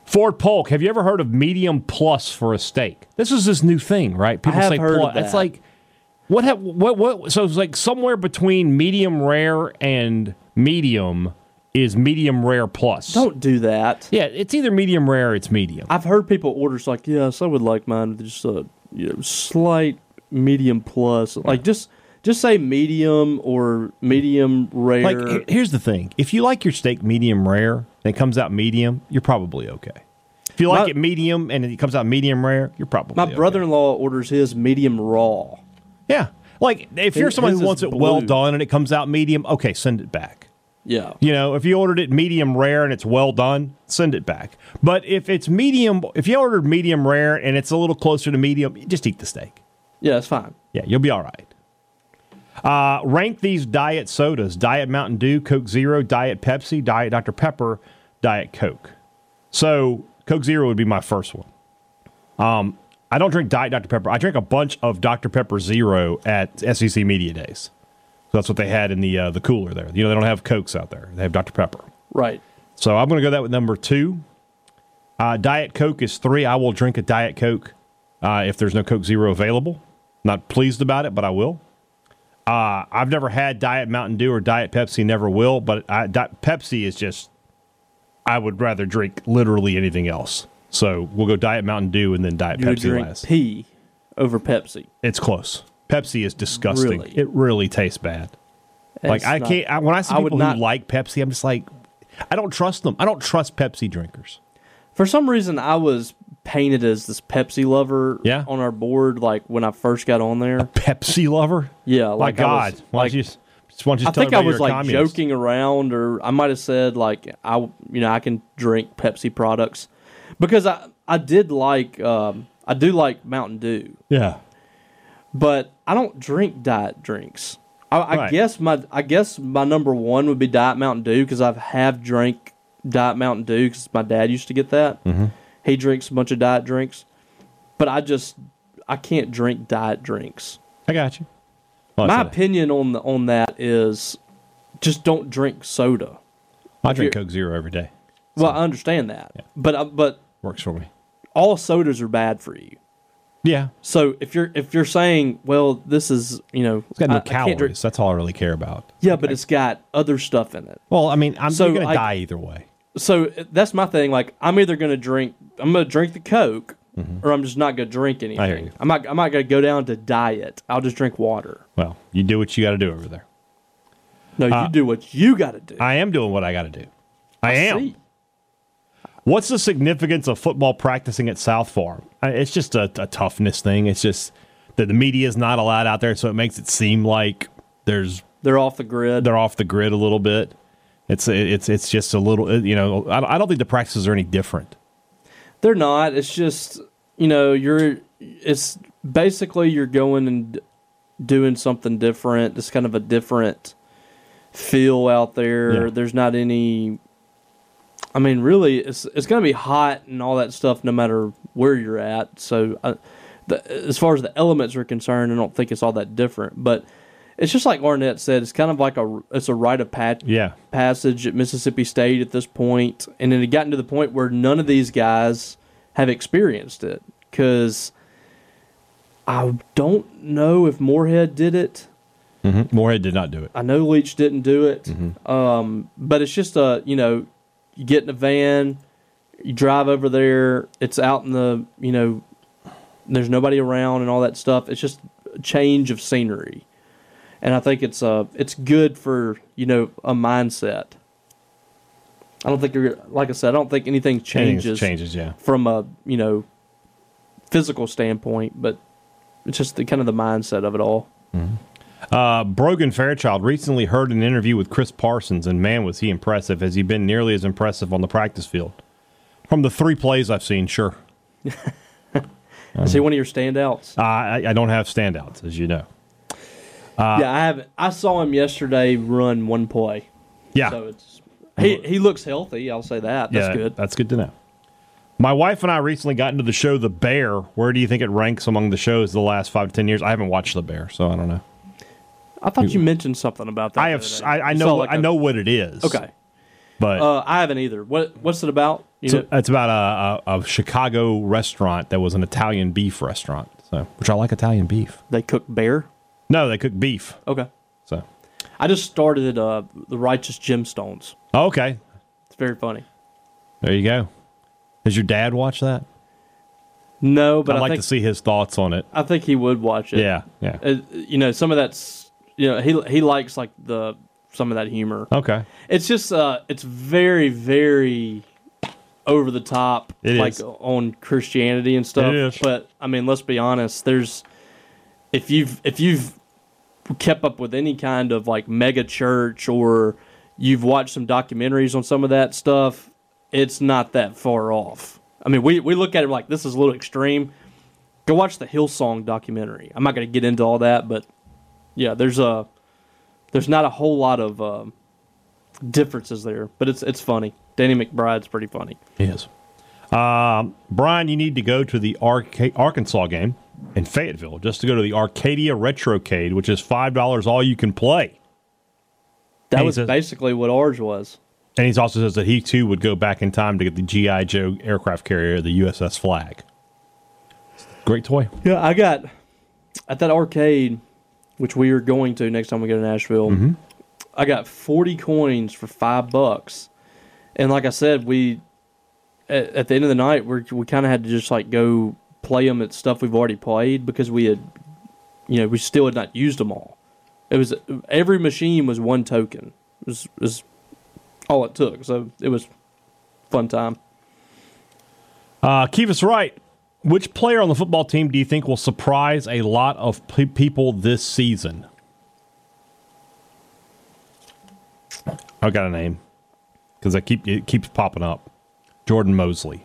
[SPEAKER 2] Ford Polk, have you ever heard of medium plus for a steak? This is this new thing, right? People
[SPEAKER 3] have
[SPEAKER 2] say
[SPEAKER 3] heard of
[SPEAKER 2] plus. It's
[SPEAKER 3] that.
[SPEAKER 2] like what have what what so it's like somewhere between medium rare and medium is medium rare plus.
[SPEAKER 3] Don't do that.
[SPEAKER 2] yeah, it's either medium rare or it's medium.
[SPEAKER 3] I've heard people order it's like, yes, I would like mine with just a you know, slight medium plus, like just just say medium or medium rare.
[SPEAKER 2] Like, he- here's the thing: if you like your steak medium rare and it comes out medium, you're probably okay. If you like
[SPEAKER 3] My-
[SPEAKER 2] it medium and it comes out medium rare, you're probably
[SPEAKER 3] My
[SPEAKER 2] okay.
[SPEAKER 3] brother-in-law orders his medium raw.
[SPEAKER 2] yeah. Like if you're
[SPEAKER 3] His-
[SPEAKER 2] someone
[SPEAKER 3] his
[SPEAKER 2] who
[SPEAKER 3] is
[SPEAKER 2] wants it well
[SPEAKER 3] blue.
[SPEAKER 2] done and it comes out medium, okay, send it back.
[SPEAKER 3] Yeah,
[SPEAKER 2] You know, if you ordered it medium rare and it's well done, send it back. But if it's medium, if you ordered medium rare and it's a little closer to medium, just eat the steak.
[SPEAKER 3] yeah, it's fine.
[SPEAKER 2] Yeah, you'll be all right. Uh, rank these diet sodas Diet Mountain Dew, Coke Zero, Diet Pepsi, Diet Dr. Pepper, Diet Coke. So, Coke Zero would be my first one. Um, I don't drink Diet Dr. Pepper. I drink a bunch of Dr. Pepper Zero at SEC Media Days. So that's what they had in the uh, the cooler there. You know, they don't have Cokes out there, they have Dr. Pepper.
[SPEAKER 3] Right.
[SPEAKER 2] So I'm going to go that with number two. Uh, Diet Coke is three. I will drink a Diet Coke uh, if there's no Coke Zero available. Not pleased about it, but I will. Uh, I've never had Diet Mountain Dew or Diet Pepsi. Never will. But I, Di- Pepsi is just. I would rather drink literally anything else. So we'll go Diet Mountain Dew and then Diet
[SPEAKER 3] You would
[SPEAKER 2] Pepsi
[SPEAKER 3] drink
[SPEAKER 2] last.
[SPEAKER 3] pee over Pepsi.
[SPEAKER 2] it's close. Pepsi is disgusting.
[SPEAKER 3] Really?
[SPEAKER 2] It really tastes bad. Like
[SPEAKER 3] It's
[SPEAKER 2] I
[SPEAKER 3] not-
[SPEAKER 2] can't. I, when I see
[SPEAKER 3] I would
[SPEAKER 2] people
[SPEAKER 3] not-
[SPEAKER 2] who like Pepsi, I'm just like, I don't trust them. I don't trust Pepsi drinkers.
[SPEAKER 3] For some reason, I was painted as this Pepsi lover.
[SPEAKER 2] Yeah.
[SPEAKER 3] On our board, like when I first got on there.
[SPEAKER 2] Pepsi lover?
[SPEAKER 3] Yeah.
[SPEAKER 2] My
[SPEAKER 3] Like I was-
[SPEAKER 2] God. why don't
[SPEAKER 3] like-
[SPEAKER 2] you, just why don't you
[SPEAKER 3] I
[SPEAKER 2] just tell
[SPEAKER 3] think I
[SPEAKER 2] everybody
[SPEAKER 3] was
[SPEAKER 2] you're a
[SPEAKER 3] like
[SPEAKER 2] communist?
[SPEAKER 3] joking around, or I might have said like I, you know, I can drink Pepsi products because I I did like um, I do like Mountain Dew,
[SPEAKER 2] Yeah.
[SPEAKER 3] but I don't drink diet drinks. I, I
[SPEAKER 2] Right.
[SPEAKER 3] guess my I guess my number one would be Diet Mountain Dew because I've have drank Diet Mountain Dew because my dad used to get that. Mm-hmm. He drinks a bunch of diet drinks, but I just I can't drink diet drinks.
[SPEAKER 2] I got you. Well, I
[SPEAKER 3] my
[SPEAKER 2] said it.
[SPEAKER 3] opinion on the, on that is just don't drink soda.
[SPEAKER 2] I drink
[SPEAKER 3] you're-
[SPEAKER 2] Coke Zero every day.
[SPEAKER 3] Well, I understand that, but uh, but
[SPEAKER 2] Works for me.
[SPEAKER 3] all sodas are bad for you.
[SPEAKER 2] Yeah,
[SPEAKER 3] So if you're if you're saying, well, this is you know
[SPEAKER 2] it's got no
[SPEAKER 3] I- I can't drink-
[SPEAKER 2] calories. That's all I really care about.
[SPEAKER 3] yeah, but it's got other stuff in it.
[SPEAKER 2] Well, I mean, I'm
[SPEAKER 3] So,
[SPEAKER 2] you're gonna
[SPEAKER 3] like-
[SPEAKER 2] die either way.
[SPEAKER 3] So uh, that's my thing. Like I'm either gonna drink, I'm gonna drink the Coke, or I'm just not gonna drink anything.
[SPEAKER 2] Mm-hmm. I hear you.
[SPEAKER 3] I'm not I'm not gonna go down to diet. I'll just drink water.
[SPEAKER 2] Well, you do what you got to do over there.
[SPEAKER 3] No, you do what you got to do.
[SPEAKER 2] Uh, I am doing what I got to do. I, am.
[SPEAKER 3] See?
[SPEAKER 2] What's the significance of football practicing at South Farm? I- It's just a, a toughness thing. It's just that the media is not allowed out there, so it makes it seem like there's
[SPEAKER 3] They're off the grid.
[SPEAKER 2] they're off the grid a little bit. It's it's it's just a little. You know, I I don't think the practices are any different.
[SPEAKER 3] They're not. It's just you know you're. It's basically you're going and d- doing something different. It's kind of a different feel out there.
[SPEAKER 2] Yeah.
[SPEAKER 3] There's not any. I mean, really, it's it's gonna be hot and all that stuff, no matter where you're at. So, I, the, as far as the elements are concerned, I don't think it's all that different. But it's just like Arnett said. It's kind of like a it's a rite of pat-
[SPEAKER 2] Yeah,
[SPEAKER 3] passage at Mississippi State at this point, and then it gotten to the point where none of these guys have experienced it because I don't know if Moorhead did it.
[SPEAKER 2] Mm-hmm. Moorhead did not do it.
[SPEAKER 3] I know Leach didn't do it,
[SPEAKER 2] Mm-hmm.
[SPEAKER 3] um, but it's just a you know, you get in a van, you drive over there. It's out in the you know, there's nobody around and all that stuff. It's just a change of scenery, and I think it's uh it's good for you know a mindset. I don't think you're like I said. I don't think anything changes
[SPEAKER 2] changes. Yeah,
[SPEAKER 3] from a you know physical standpoint, but it's just the kind of the mindset of it all.
[SPEAKER 2] Uh, Brogan Fairchild recently heard an interview with Chris Parsons, and man, was he impressive. Has he been nearly as impressive on the practice field? From the three plays I've seen, sure.
[SPEAKER 3] Is
[SPEAKER 2] Uh-huh.
[SPEAKER 3] he one of your standouts?
[SPEAKER 2] Uh, I, I don't have standouts, as you know.
[SPEAKER 3] yeah, I haven't. I saw him yesterday run one play.
[SPEAKER 2] Yeah.
[SPEAKER 3] So it's he he looks healthy. I'll say that. That's
[SPEAKER 2] Yeah,
[SPEAKER 3] good.
[SPEAKER 2] That's good to know. My wife and I recently got into the show The Bear. Where do you think it ranks among the shows the last five to ten years? I haven't watched The Bear, so I don't know.
[SPEAKER 3] I thought you mentioned something about that.
[SPEAKER 2] I
[SPEAKER 3] the
[SPEAKER 2] have.
[SPEAKER 3] other
[SPEAKER 2] s-
[SPEAKER 3] day.
[SPEAKER 2] I, I
[SPEAKER 3] You
[SPEAKER 2] know.
[SPEAKER 3] saw
[SPEAKER 2] what-
[SPEAKER 3] like
[SPEAKER 2] I
[SPEAKER 3] a-
[SPEAKER 2] know what it is.
[SPEAKER 3] Okay.
[SPEAKER 2] but
[SPEAKER 3] Uh, I haven't either. What what's it about? You
[SPEAKER 2] So
[SPEAKER 3] know,
[SPEAKER 2] it's about a, a, a Chicago restaurant that was an Italian beef restaurant. So, which I like Italian beef.
[SPEAKER 3] they cook bear.
[SPEAKER 2] No, they cook beef.
[SPEAKER 3] Okay.
[SPEAKER 2] So,
[SPEAKER 3] I just started uh, the Righteous Gemstones.
[SPEAKER 2] okay,
[SPEAKER 3] It's very funny.
[SPEAKER 2] there you go. Does your dad watch that?
[SPEAKER 3] No, but
[SPEAKER 2] I'd
[SPEAKER 3] I
[SPEAKER 2] like
[SPEAKER 3] think
[SPEAKER 2] to see his thoughts on it.
[SPEAKER 3] I think he would watch it.
[SPEAKER 2] Yeah, yeah.
[SPEAKER 3] Uh, you know, some of that's you know he he likes like the some of that humor.
[SPEAKER 2] Okay,
[SPEAKER 3] It's just uh, it's very very over the top,
[SPEAKER 2] It
[SPEAKER 3] like
[SPEAKER 2] is.
[SPEAKER 3] on Christianity and stuff.
[SPEAKER 2] It is.
[SPEAKER 3] But I mean, let's be honest. There's if you've if you've kept up with any kind of like mega church or you've watched some documentaries on some of that stuff, it's not that far off. I mean, we we look at it like this is a little extreme. Go watch the Hillsong documentary. I'm not going to get into all that, but yeah, there's a there's not a whole lot of um, differences there, but it's it's funny. Danny McBride's pretty funny.
[SPEAKER 2] he is. Um, Brian, you need to go to the Arca- Arkansas game in Fayetteville just to go to the Arcadia Retrocade, which is five dollars all you can play.
[SPEAKER 3] That
[SPEAKER 2] Hey,
[SPEAKER 3] was
[SPEAKER 2] so-
[SPEAKER 3] basically what ours was.
[SPEAKER 2] And he also says that he too would go back in time to get the GI Joe aircraft carrier, the USS Flag. Great toy.
[SPEAKER 3] Yeah, I got at that arcade, which we are going to next time we go to Nashville. I got forty coins for five bucks, and like I said, we at, at the end of the night we we kind of had to just like go play them at stuff we've already played because we had, you know, we still had not used them all. It was every machine was one token. It was, was all it took. So it was fun time.
[SPEAKER 2] Uh, Kivas Wright, which player on the football team do you think will surprise a lot of pe- people this season? I got a name because I keep it keeps popping up. Jordan Mosley.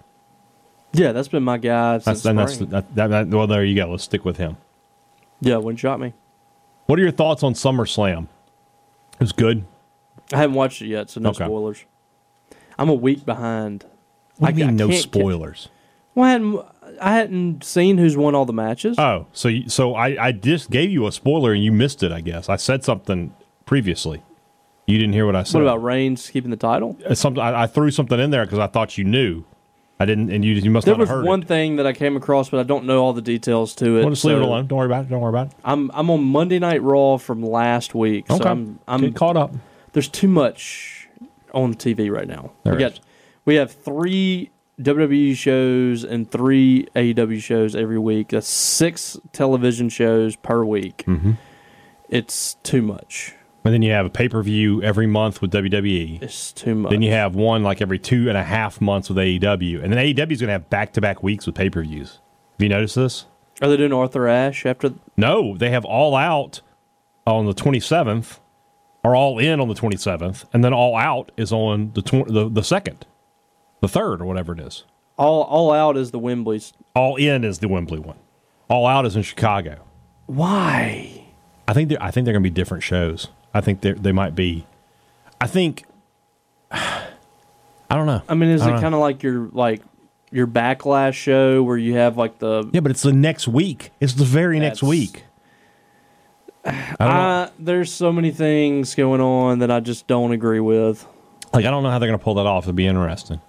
[SPEAKER 3] Yeah, that's been my guy since
[SPEAKER 2] That's, and that's
[SPEAKER 3] spring.
[SPEAKER 2] that, that, that- well, there you go. Let's stick with him.
[SPEAKER 3] yeah, when shot me.
[SPEAKER 2] What are your thoughts on SummerSlam? It was good.
[SPEAKER 3] I haven't watched it yet, so no
[SPEAKER 2] Okay.
[SPEAKER 3] spoilers. I'm a week behind.
[SPEAKER 2] What do you
[SPEAKER 3] I- I
[SPEAKER 2] mean no
[SPEAKER 3] can't-
[SPEAKER 2] spoilers?
[SPEAKER 3] Well, I hadn't, I hadn't seen who's won all the matches.
[SPEAKER 2] Oh, so you, so I I just gave you a spoiler and you missed it. I guess I said something previously. You didn't hear what I said.
[SPEAKER 3] what about Reigns keeping the title?
[SPEAKER 2] It's something? I, I threw something in there because I thought you knew. I didn't, and you you must
[SPEAKER 3] There
[SPEAKER 2] not
[SPEAKER 3] was
[SPEAKER 2] have heard
[SPEAKER 3] one
[SPEAKER 2] it.
[SPEAKER 3] thing that I came across, but I don't know all the details to it.
[SPEAKER 2] Well, just leave it
[SPEAKER 3] so
[SPEAKER 2] alone. Don't worry about it. Don't worry about it.
[SPEAKER 3] I'm I'm on Monday Night Raw from last week,
[SPEAKER 2] Okay,
[SPEAKER 3] so I'm I'm
[SPEAKER 2] get caught up.
[SPEAKER 3] there's too much on TV right now.
[SPEAKER 2] There
[SPEAKER 3] we got
[SPEAKER 2] is.
[SPEAKER 3] we have three WWE shows and three AEW shows every week. That's six television shows per week.
[SPEAKER 2] Mm-hmm.
[SPEAKER 3] It's too much.
[SPEAKER 2] And then you have a pay per view every month with WWE.
[SPEAKER 3] It's too much.
[SPEAKER 2] Then you have one like every two and a half months with AEW, and then AEW is going to have back to back weeks with pay per views. Have you noticed this?
[SPEAKER 3] Are they doing Arthur Ashe after?
[SPEAKER 2] No, they have All Out on the 27th, or All In on the 27th, and then All Out is on the tw- the, the second, the third, or whatever it is.
[SPEAKER 3] All All Out is the Wembley's.
[SPEAKER 2] All In is the Wembley one. All Out is in Chicago.
[SPEAKER 3] Why?
[SPEAKER 2] I think they're, I think they're going to be different shows. I think they they might be. I think. *sighs* I don't know.
[SPEAKER 3] I mean, is
[SPEAKER 2] I
[SPEAKER 3] it
[SPEAKER 2] don't know.
[SPEAKER 3] kind of like your like your backlash show where you have like the
[SPEAKER 2] Yeah, but it's the next week. It's the very next
[SPEAKER 3] That's- Uh,
[SPEAKER 2] week. I don't,
[SPEAKER 3] I, there's so many things going on that I just don't agree with.
[SPEAKER 2] like I don't know how they're going to pull that off. It'd be interesting.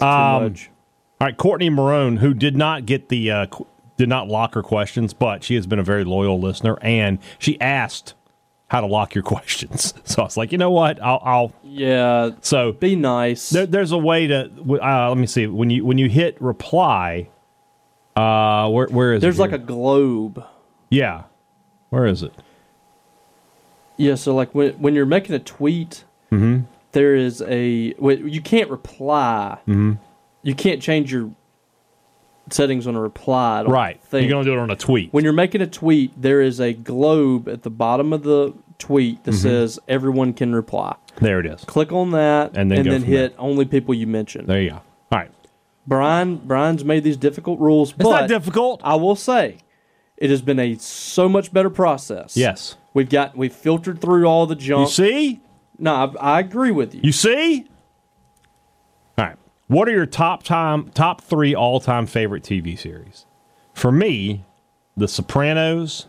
[SPEAKER 3] Too
[SPEAKER 2] Um,
[SPEAKER 3] much.
[SPEAKER 2] All right, Courtney Marone, who did not get the uh, qu- did not lock her questions, but she has been a very loyal listener, and she asked how to lock your questions. *laughs* So I was like, you know what, I'll. I'll
[SPEAKER 3] Yeah,
[SPEAKER 2] so
[SPEAKER 3] be nice.
[SPEAKER 2] there, there's a way to. Uh, let me see when you when you hit reply. Uh, where where is
[SPEAKER 3] There's
[SPEAKER 2] it?
[SPEAKER 3] like a
[SPEAKER 2] here?
[SPEAKER 3] globe.
[SPEAKER 2] yeah, where is it?
[SPEAKER 3] Yeah, so like when when you're making a tweet,
[SPEAKER 2] Mm-hmm.
[SPEAKER 3] there is a well, you can't reply.
[SPEAKER 2] Mm-hmm.
[SPEAKER 3] You can't change your settings on a reply. I don't
[SPEAKER 2] Right,
[SPEAKER 3] think.
[SPEAKER 2] you're gonna do it on a tweet.
[SPEAKER 3] when you're making a tweet, there is a globe at the bottom of the tweet that
[SPEAKER 2] Mm-hmm.
[SPEAKER 3] says everyone can reply.
[SPEAKER 2] there it is.
[SPEAKER 3] Click on that
[SPEAKER 2] And then go from
[SPEAKER 3] hit only people you mentioned.
[SPEAKER 2] There you go. All right,
[SPEAKER 3] Brian Brian's made these difficult rules,
[SPEAKER 2] it's
[SPEAKER 3] but
[SPEAKER 2] not difficult.
[SPEAKER 3] I will say it has been a so much better process.
[SPEAKER 2] yes,
[SPEAKER 3] We've got we've filtered through all the
[SPEAKER 2] you
[SPEAKER 3] junk.
[SPEAKER 2] see.
[SPEAKER 3] no, I, I agree with you.
[SPEAKER 2] You see? All right. What are your top time top three all time favorite TV series? For me, The Sopranos,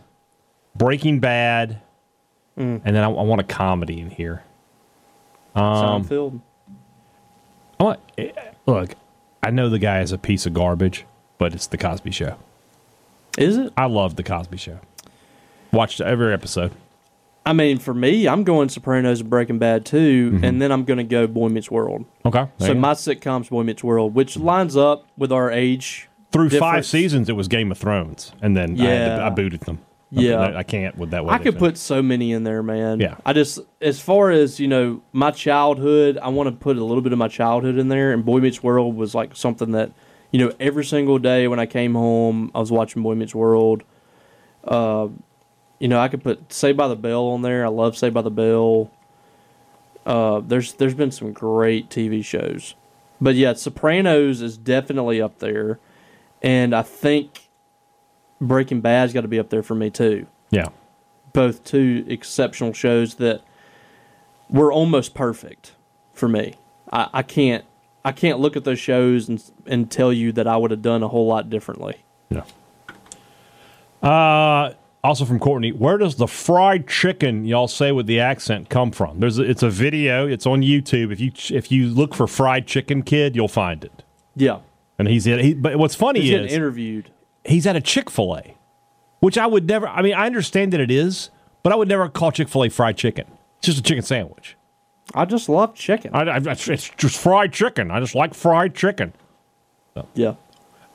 [SPEAKER 2] Breaking Bad,
[SPEAKER 3] Mm.
[SPEAKER 2] and then I, I want a comedy in here. Um,
[SPEAKER 3] Seinfeld.
[SPEAKER 2] I want, eh, look, I know the guy is a piece of garbage, but it's The Cosby Show.
[SPEAKER 3] Is it?
[SPEAKER 2] I love The Cosby Show. Watched every episode.
[SPEAKER 3] I mean, for me, I'm going Sopranos and Breaking Bad too, and then I'm going to go Boy Meets World.
[SPEAKER 2] Okay. Mm-hmm. there
[SPEAKER 3] so
[SPEAKER 2] you go.
[SPEAKER 3] my sitcom's Boy Meets World, which lines up with our age.
[SPEAKER 2] Through five
[SPEAKER 3] difference-
[SPEAKER 2] seasons, it was Game of Thrones, and then I, had to,
[SPEAKER 3] Yeah.
[SPEAKER 2] I booted them.
[SPEAKER 3] Yeah.
[SPEAKER 2] I, I can't with that. way
[SPEAKER 3] I
[SPEAKER 2] they
[SPEAKER 3] could
[SPEAKER 2] fin-
[SPEAKER 3] put so many in there, man.
[SPEAKER 2] Yeah.
[SPEAKER 3] I just, as far as you know, my childhood, I want to put a little bit of my childhood in there, and Boy Meets World was like something that, you know, every single day when I came home, I was watching Boy Meets World. Uh, you know, I could put Saved by the Bell on there. I love Saved by the Bell. Uh, there's there's been some great TV shows, but yeah, Sopranos is definitely up there, and I think Breaking Bad's got to be up there for me too
[SPEAKER 2] Yeah.
[SPEAKER 3] both two exceptional shows that were almost perfect for me. I, I can't I can't look at those shows and and tell you that I would have done a whole lot differently.
[SPEAKER 2] Yeah. Uh, also from Courtney, where does the fried chicken y'all say with the accent come from? There's a, it's a video. It's on YouTube. If you ch- if you look for fried chicken kid, you'll find it.
[SPEAKER 3] Yeah,
[SPEAKER 2] And he's in. He, but what's funny
[SPEAKER 3] he's getting
[SPEAKER 2] is
[SPEAKER 3] interviewed.
[SPEAKER 2] he's at a Chick fil A, which I would never. I mean, I understand that it is, but I would never call Chick fil A fried chicken. It's just a chicken sandwich.
[SPEAKER 3] I just love chicken.
[SPEAKER 2] I, I, it's it's just fried chicken. I just like fried chicken.
[SPEAKER 3] yeah,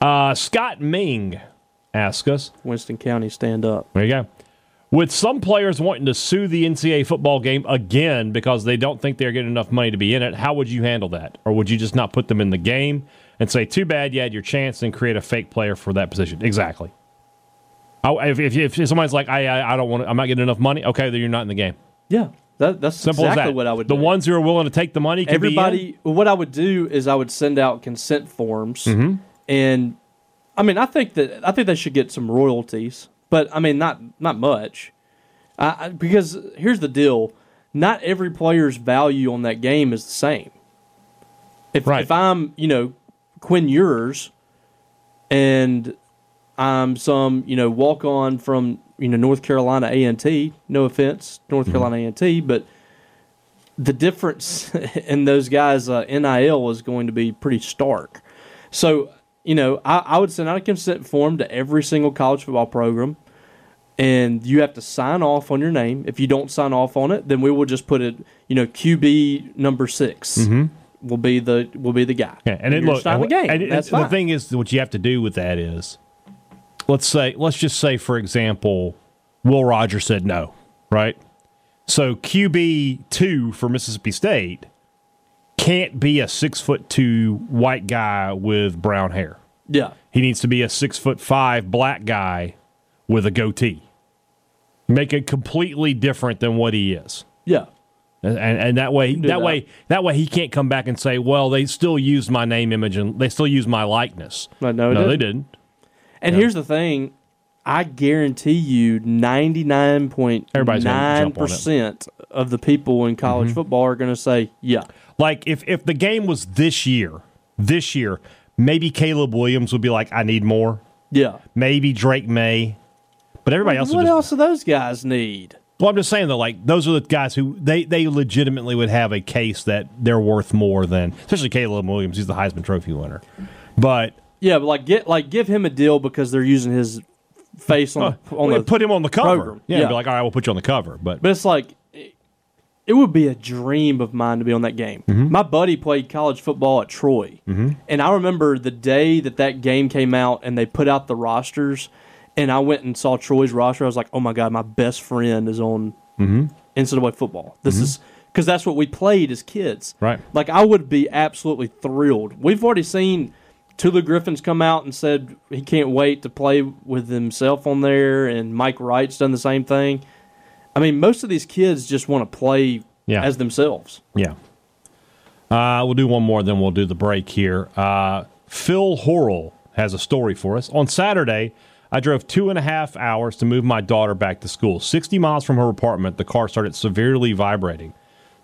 [SPEAKER 2] Uh, Scott Ming asks us,
[SPEAKER 3] Winston County stand up.
[SPEAKER 2] There you go. With some players wanting to sue the NCAA football game again because they don't think they're getting enough money to be in it, how would you handle that? Or would you just not put them in the game and say, too bad you had your chance and create a fake player for that position? Exactly. I, if, if, if somebody's like, I, I, I don't want to, I'm not getting enough money, okay, then you're not in the game.
[SPEAKER 3] Yeah, that, that's
[SPEAKER 2] Simple
[SPEAKER 3] exactly
[SPEAKER 2] as that.
[SPEAKER 3] what I would
[SPEAKER 2] the
[SPEAKER 3] do.
[SPEAKER 2] ones who are willing to take the money can be in.
[SPEAKER 3] everybody what i would do is i would send out consent forms and i mean i think that i think they should get some royalties but i mean not not much I, I- because here's the deal: not every player's value on that game is the same. If
[SPEAKER 2] Right.
[SPEAKER 3] if I'm you know Quinn Ewers, and I'm some you know walk on from you know North Carolina A and T. No offense, North Carolina A and T, but the difference *laughs* in those guys' uh, NIL is going to be pretty stark. So, you know, I, I would send out a consent form to every single college football program, and you have to sign off on your name. If you don't sign off on it, then we will just put it, you know, QB number 6 will be the will be the guy.
[SPEAKER 2] Mm-hmm. Yeah, and it
[SPEAKER 3] you're
[SPEAKER 2] look
[SPEAKER 3] starting the game.
[SPEAKER 2] and it-
[SPEAKER 3] That's
[SPEAKER 2] the
[SPEAKER 3] fine.
[SPEAKER 2] thing is what you have to do with that is let's say let's just say for example Will Rogers said no, right? So QB two for Mississippi State can't be a six foot two white guy with brown hair.
[SPEAKER 3] yeah,
[SPEAKER 2] He needs to be a six foot five black guy with a goatee. Make it completely different than what he is.
[SPEAKER 3] yeah,
[SPEAKER 2] And, and that way, that,
[SPEAKER 3] do that.
[SPEAKER 2] way, that way, he can't come back and say, "Well, they still use my name, image, and they still use my likeness."
[SPEAKER 3] No, no, it
[SPEAKER 2] no,
[SPEAKER 3] didn't.
[SPEAKER 2] they didn't.
[SPEAKER 3] And here's the thing. I guarantee you, ninety nine point
[SPEAKER 2] Everybody's gonna
[SPEAKER 3] nine
[SPEAKER 2] jump on it.
[SPEAKER 3] percent of the people in
[SPEAKER 2] Mm-hmm.
[SPEAKER 3] college football are going to say, "Yeah,
[SPEAKER 2] Like if if the game was this year, this year, maybe Caleb Williams would be like, "I need more."
[SPEAKER 3] yeah."
[SPEAKER 2] Maybe Drake May, but everybody else. would
[SPEAKER 3] what
[SPEAKER 2] just,
[SPEAKER 3] else do those guys need?
[SPEAKER 2] Well, I'm just saying though, like those are the guys who they they legitimately would have a case that they're worth more than, especially Caleb Williams. He's the Heisman Trophy winner, but
[SPEAKER 3] Yeah, but like get like give him a deal because they're using his face on, on the
[SPEAKER 2] put him on the cover.
[SPEAKER 3] program.
[SPEAKER 2] Yeah,
[SPEAKER 3] Yeah.
[SPEAKER 2] be like, all right, we'll put you on the cover, but.
[SPEAKER 3] But it's like it, it would be a dream of mine to be on that game. My buddy played college football at Troy, and I remember the day that that game came out and they put out the rosters, and I went and saw Troy's roster. I was like, oh my god, my best friend is on NCAA football. This is because that's what we played as kids.
[SPEAKER 2] Right.
[SPEAKER 3] Like I would be absolutely thrilled. We've already seen Tula Griffin's come out and said he can't wait to play with himself on there, and Mike Wright's done the same thing. I mean, most of these kids just want to play
[SPEAKER 2] Yeah.
[SPEAKER 3] as themselves.
[SPEAKER 2] Yeah. Uh, we'll do one more, then we'll do the break here. Uh, Phil Horrell has a story for us. On Saturday, I drove two and a half hours to move my daughter back to school. 60 miles from her apartment, the car started severely vibrating.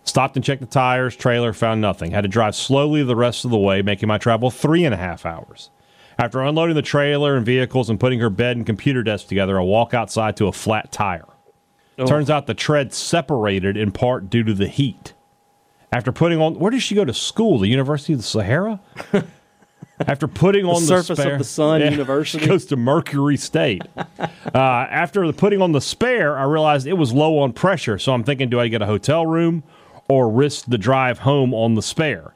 [SPEAKER 2] Stopped and checked the tires, trailer, found nothing. Had to drive slowly the rest of the way, making my travel three and a half hours. After unloading the trailer and vehicles and putting her bed and computer desk together, I walk outside to a flat tire.
[SPEAKER 3] Oh.
[SPEAKER 2] Turns out the tread separated in part due to the heat. After putting on, where did she go to school? The University of the Sahara. After putting on the
[SPEAKER 3] surface of
[SPEAKER 2] spare-
[SPEAKER 3] the sun
[SPEAKER 2] Yeah, *laughs*
[SPEAKER 3] university.
[SPEAKER 2] she goes to Mercury
[SPEAKER 3] *laughs*
[SPEAKER 2] State. uh, after the putting on the spare, I realized it was low on pressure, so I'm thinking, do I get a hotel room or risk the drive home on the spare?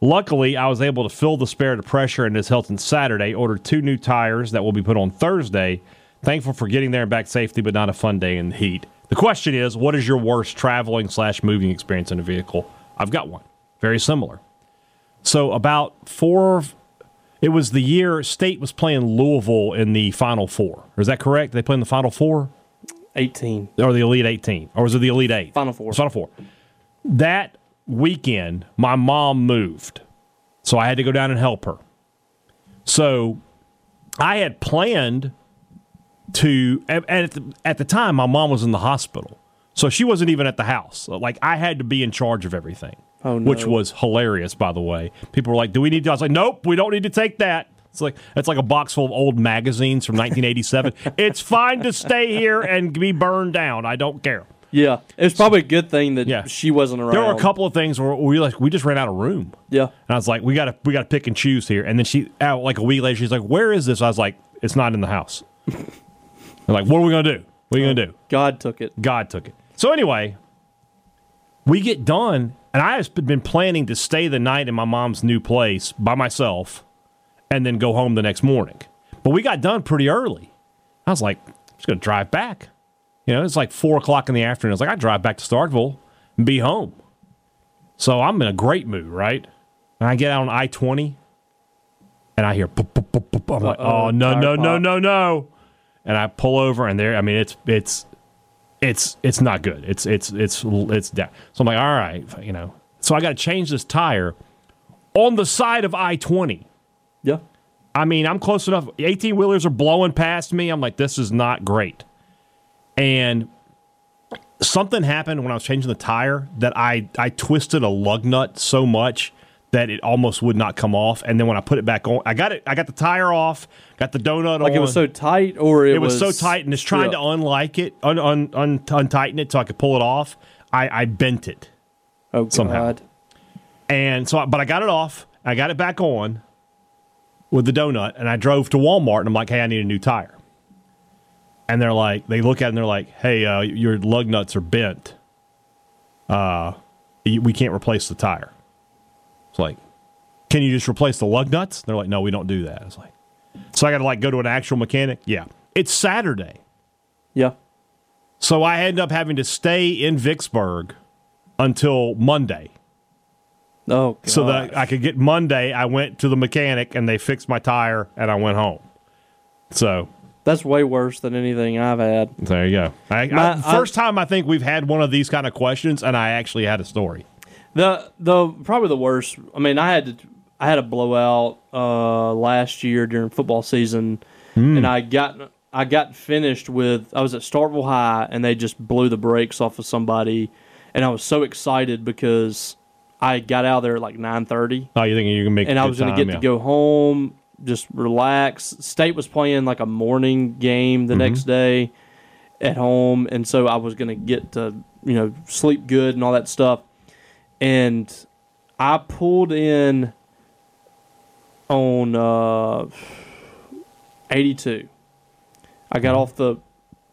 [SPEAKER 2] Luckily, I was able to fill the spare to pressure and is held on Saturday. Ordered two new tires that will be put on Thursday. Thankful for getting there and back safely, but not a fun day in the heat. The question is, what is your worst traveling slash moving experience in a vehicle? I've got one, very similar. So about four, it was the year State was playing Louisville in the Final Four. Is that correct? They play in the Final Four
[SPEAKER 3] 18.
[SPEAKER 2] or the Elite 18, or was it the Elite Eight?
[SPEAKER 3] Final Four.
[SPEAKER 2] Final Four. That weekend, my mom moved, so I had to go down and help her. So I had planned to, and and at the, at the time, my mom was in the hospital, so she wasn't even at the house. Like I had to be in charge of everything,
[SPEAKER 3] Oh, no.
[SPEAKER 2] which was hilarious, by the way. People were like, "Do we need?" to? I was like, "Nope, we don't need to take that." It's like it's like a box full of old magazines from 1987.
[SPEAKER 3] *laughs*
[SPEAKER 2] it's fine to stay here and be burned down. I don't care.
[SPEAKER 3] Yeah. It was probably a good thing that
[SPEAKER 2] Yeah.
[SPEAKER 3] she wasn't around.
[SPEAKER 2] There were a couple of things where we like we just ran out of room.
[SPEAKER 3] Yeah.
[SPEAKER 2] And I was like, we gotta we gotta pick and choose here. And then she out like a week later, she's like, Where is this? I was like, It's not in the house. *laughs* They're like, what are we gonna do? What are you gonna do?
[SPEAKER 3] God took it.
[SPEAKER 2] God took it. So anyway, we get done, and I have been planning to stay the night in my mom's new place by myself, and then go home the next morning. But we got done pretty early. I was like, I'm just gonna drive back. You know, it's like four o'clock in the afternoon. I was like, I drive back to Starkville and be home. So I'm in a great mood, right? And I get out on I twenty, and I hear, pop, pop, pop, pop. I'm like,
[SPEAKER 3] Uh-oh,
[SPEAKER 2] oh no,
[SPEAKER 3] tire
[SPEAKER 2] no, no,
[SPEAKER 3] pop.
[SPEAKER 2] no, no. And I pull over, and there, I mean, it's it's it's it's not good. It's it's it's it's down. So I'm like, all right, you know. So I got to change this tire on the side of I twenty.
[SPEAKER 3] Yeah.
[SPEAKER 2] I mean, I'm close enough. 18 wheelers are blowing past me. I'm like, this is not great. And something happened when I was changing the tire that I I twisted a lug nut so much that it almost would not come off. And then when I put it back on, I got it. I got the tire off. Got the donut
[SPEAKER 3] Like
[SPEAKER 2] on.
[SPEAKER 3] it was so tight, or it,
[SPEAKER 2] it was, so tight, and it's trying to unlike it, un, un, un, untighten it so I could pull it off. I, I bent it,
[SPEAKER 3] oh,
[SPEAKER 2] somehow.
[SPEAKER 3] God.
[SPEAKER 2] and so I, but I got it off. I got it back on with the donut, and I drove to Walmart, and I'm like, "Hey, I need a new tire." And they're like, they look at it and they're like, "Hey, uh, your lug nuts are bent. Uh, you- we can't replace the tire." It's like, "Can you just replace the lug nuts?" They're like, "No, we don't do that." It's like, so I got to like go to an actual mechanic. Yeah, it's Saturday.
[SPEAKER 3] Yeah,
[SPEAKER 2] So I ended up having to stay in Vicksburg until Monday.
[SPEAKER 3] oh, God.
[SPEAKER 2] So that I could get Monday, I went to the mechanic and they fixed my tire and I went home. So
[SPEAKER 3] that's way worse than anything I've had.
[SPEAKER 2] there you go. I, I,
[SPEAKER 3] My-
[SPEAKER 2] first time I think we've had one of these kind of questions and I actually had a story.
[SPEAKER 3] The the probably the worst. I mean, I had to, I had a blowout uh, last year during football season, and I got I got finished with I was at Starkville High, and they just blew the brakes off of somebody, and I was so excited because I got out of there at like nine thirty,
[SPEAKER 2] Oh, you think you can make?
[SPEAKER 3] and I
[SPEAKER 2] good
[SPEAKER 3] was going to
[SPEAKER 2] time,
[SPEAKER 3] get
[SPEAKER 2] yeah.
[SPEAKER 3] to go home, just relax. State was playing like a morning game the
[SPEAKER 2] Mm-hmm.
[SPEAKER 3] next day at home, and so I was going to get to you know sleep good and all that stuff. And I pulled in on uh, eighty two. I got off the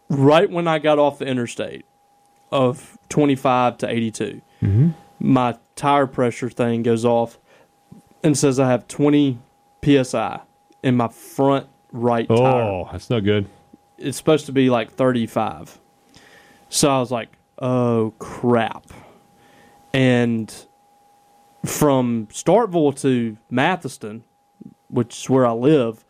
[SPEAKER 3] right when I got off the interstate of twenty five to eighty My tire pressure thing goes off and says I have 20 psi in my front right tire.
[SPEAKER 2] Oh, that's no good.
[SPEAKER 3] It's supposed to be like 35. So I was like, "Oh crap!" And from Startville to Matheson, which is where I live,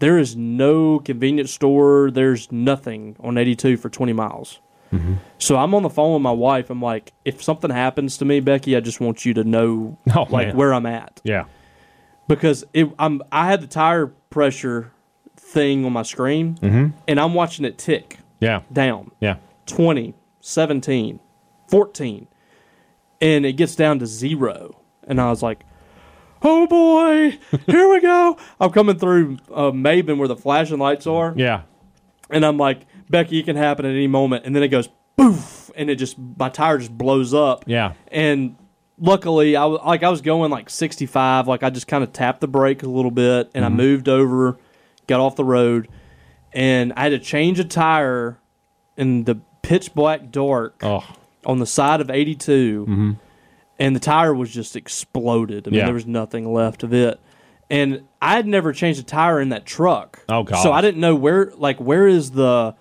[SPEAKER 3] there is no convenience store. There's nothing on 82 for 20 miles.
[SPEAKER 2] Mm-hmm.
[SPEAKER 3] So I'm on the phone with my wife. I'm like, "If something happens to me, Becky, I just want you to know
[SPEAKER 2] Oh,
[SPEAKER 3] like
[SPEAKER 2] man.
[SPEAKER 3] where I'm at."
[SPEAKER 2] Yeah.
[SPEAKER 3] because it I'm I had the tire pressure thing on my screen and I'm watching it tick
[SPEAKER 2] Yeah.
[SPEAKER 3] down
[SPEAKER 2] Yeah.
[SPEAKER 3] 20, 17, 14 and it gets down to 0 and I was like oh boy here we go I'm coming through uh, Maven where the flashing lights are
[SPEAKER 2] Yeah.
[SPEAKER 3] and I'm like Becky it can happen at any moment and then it goes poof and it just my tire just blows up
[SPEAKER 2] Yeah.
[SPEAKER 3] and luckily I was like I was going like 65 like I just kind of tapped the brake a little bit and I moved over got off the road and I had to change a tire in the pitch black dark
[SPEAKER 2] Oh.
[SPEAKER 3] on the side of 82 and the tire was just exploded I mean
[SPEAKER 2] Mm-hmm. Yeah.
[SPEAKER 3] there was nothing left of it and I had never changed a tire in that truck
[SPEAKER 2] Oh, gosh.
[SPEAKER 3] so I didn't know where like where is the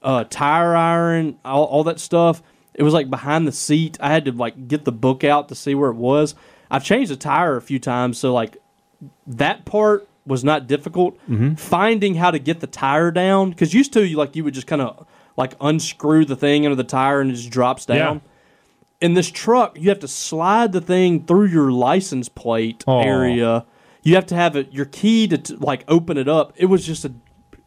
[SPEAKER 3] uh, tire iron, all, all that stuff. It was like behind the seat. I had to like get the book out to see where it was. I've changed the tire a few times, so like that part was not difficult.
[SPEAKER 2] Mm-hmm.
[SPEAKER 3] Finding how to get the tire down because used to you like you would just kind of like unscrew the thing under the tire and it just drops down. In this truck, you have to slide the thing through your license plate
[SPEAKER 2] Aw.
[SPEAKER 3] area. You have to have it, your key to t- like open it up. It was just a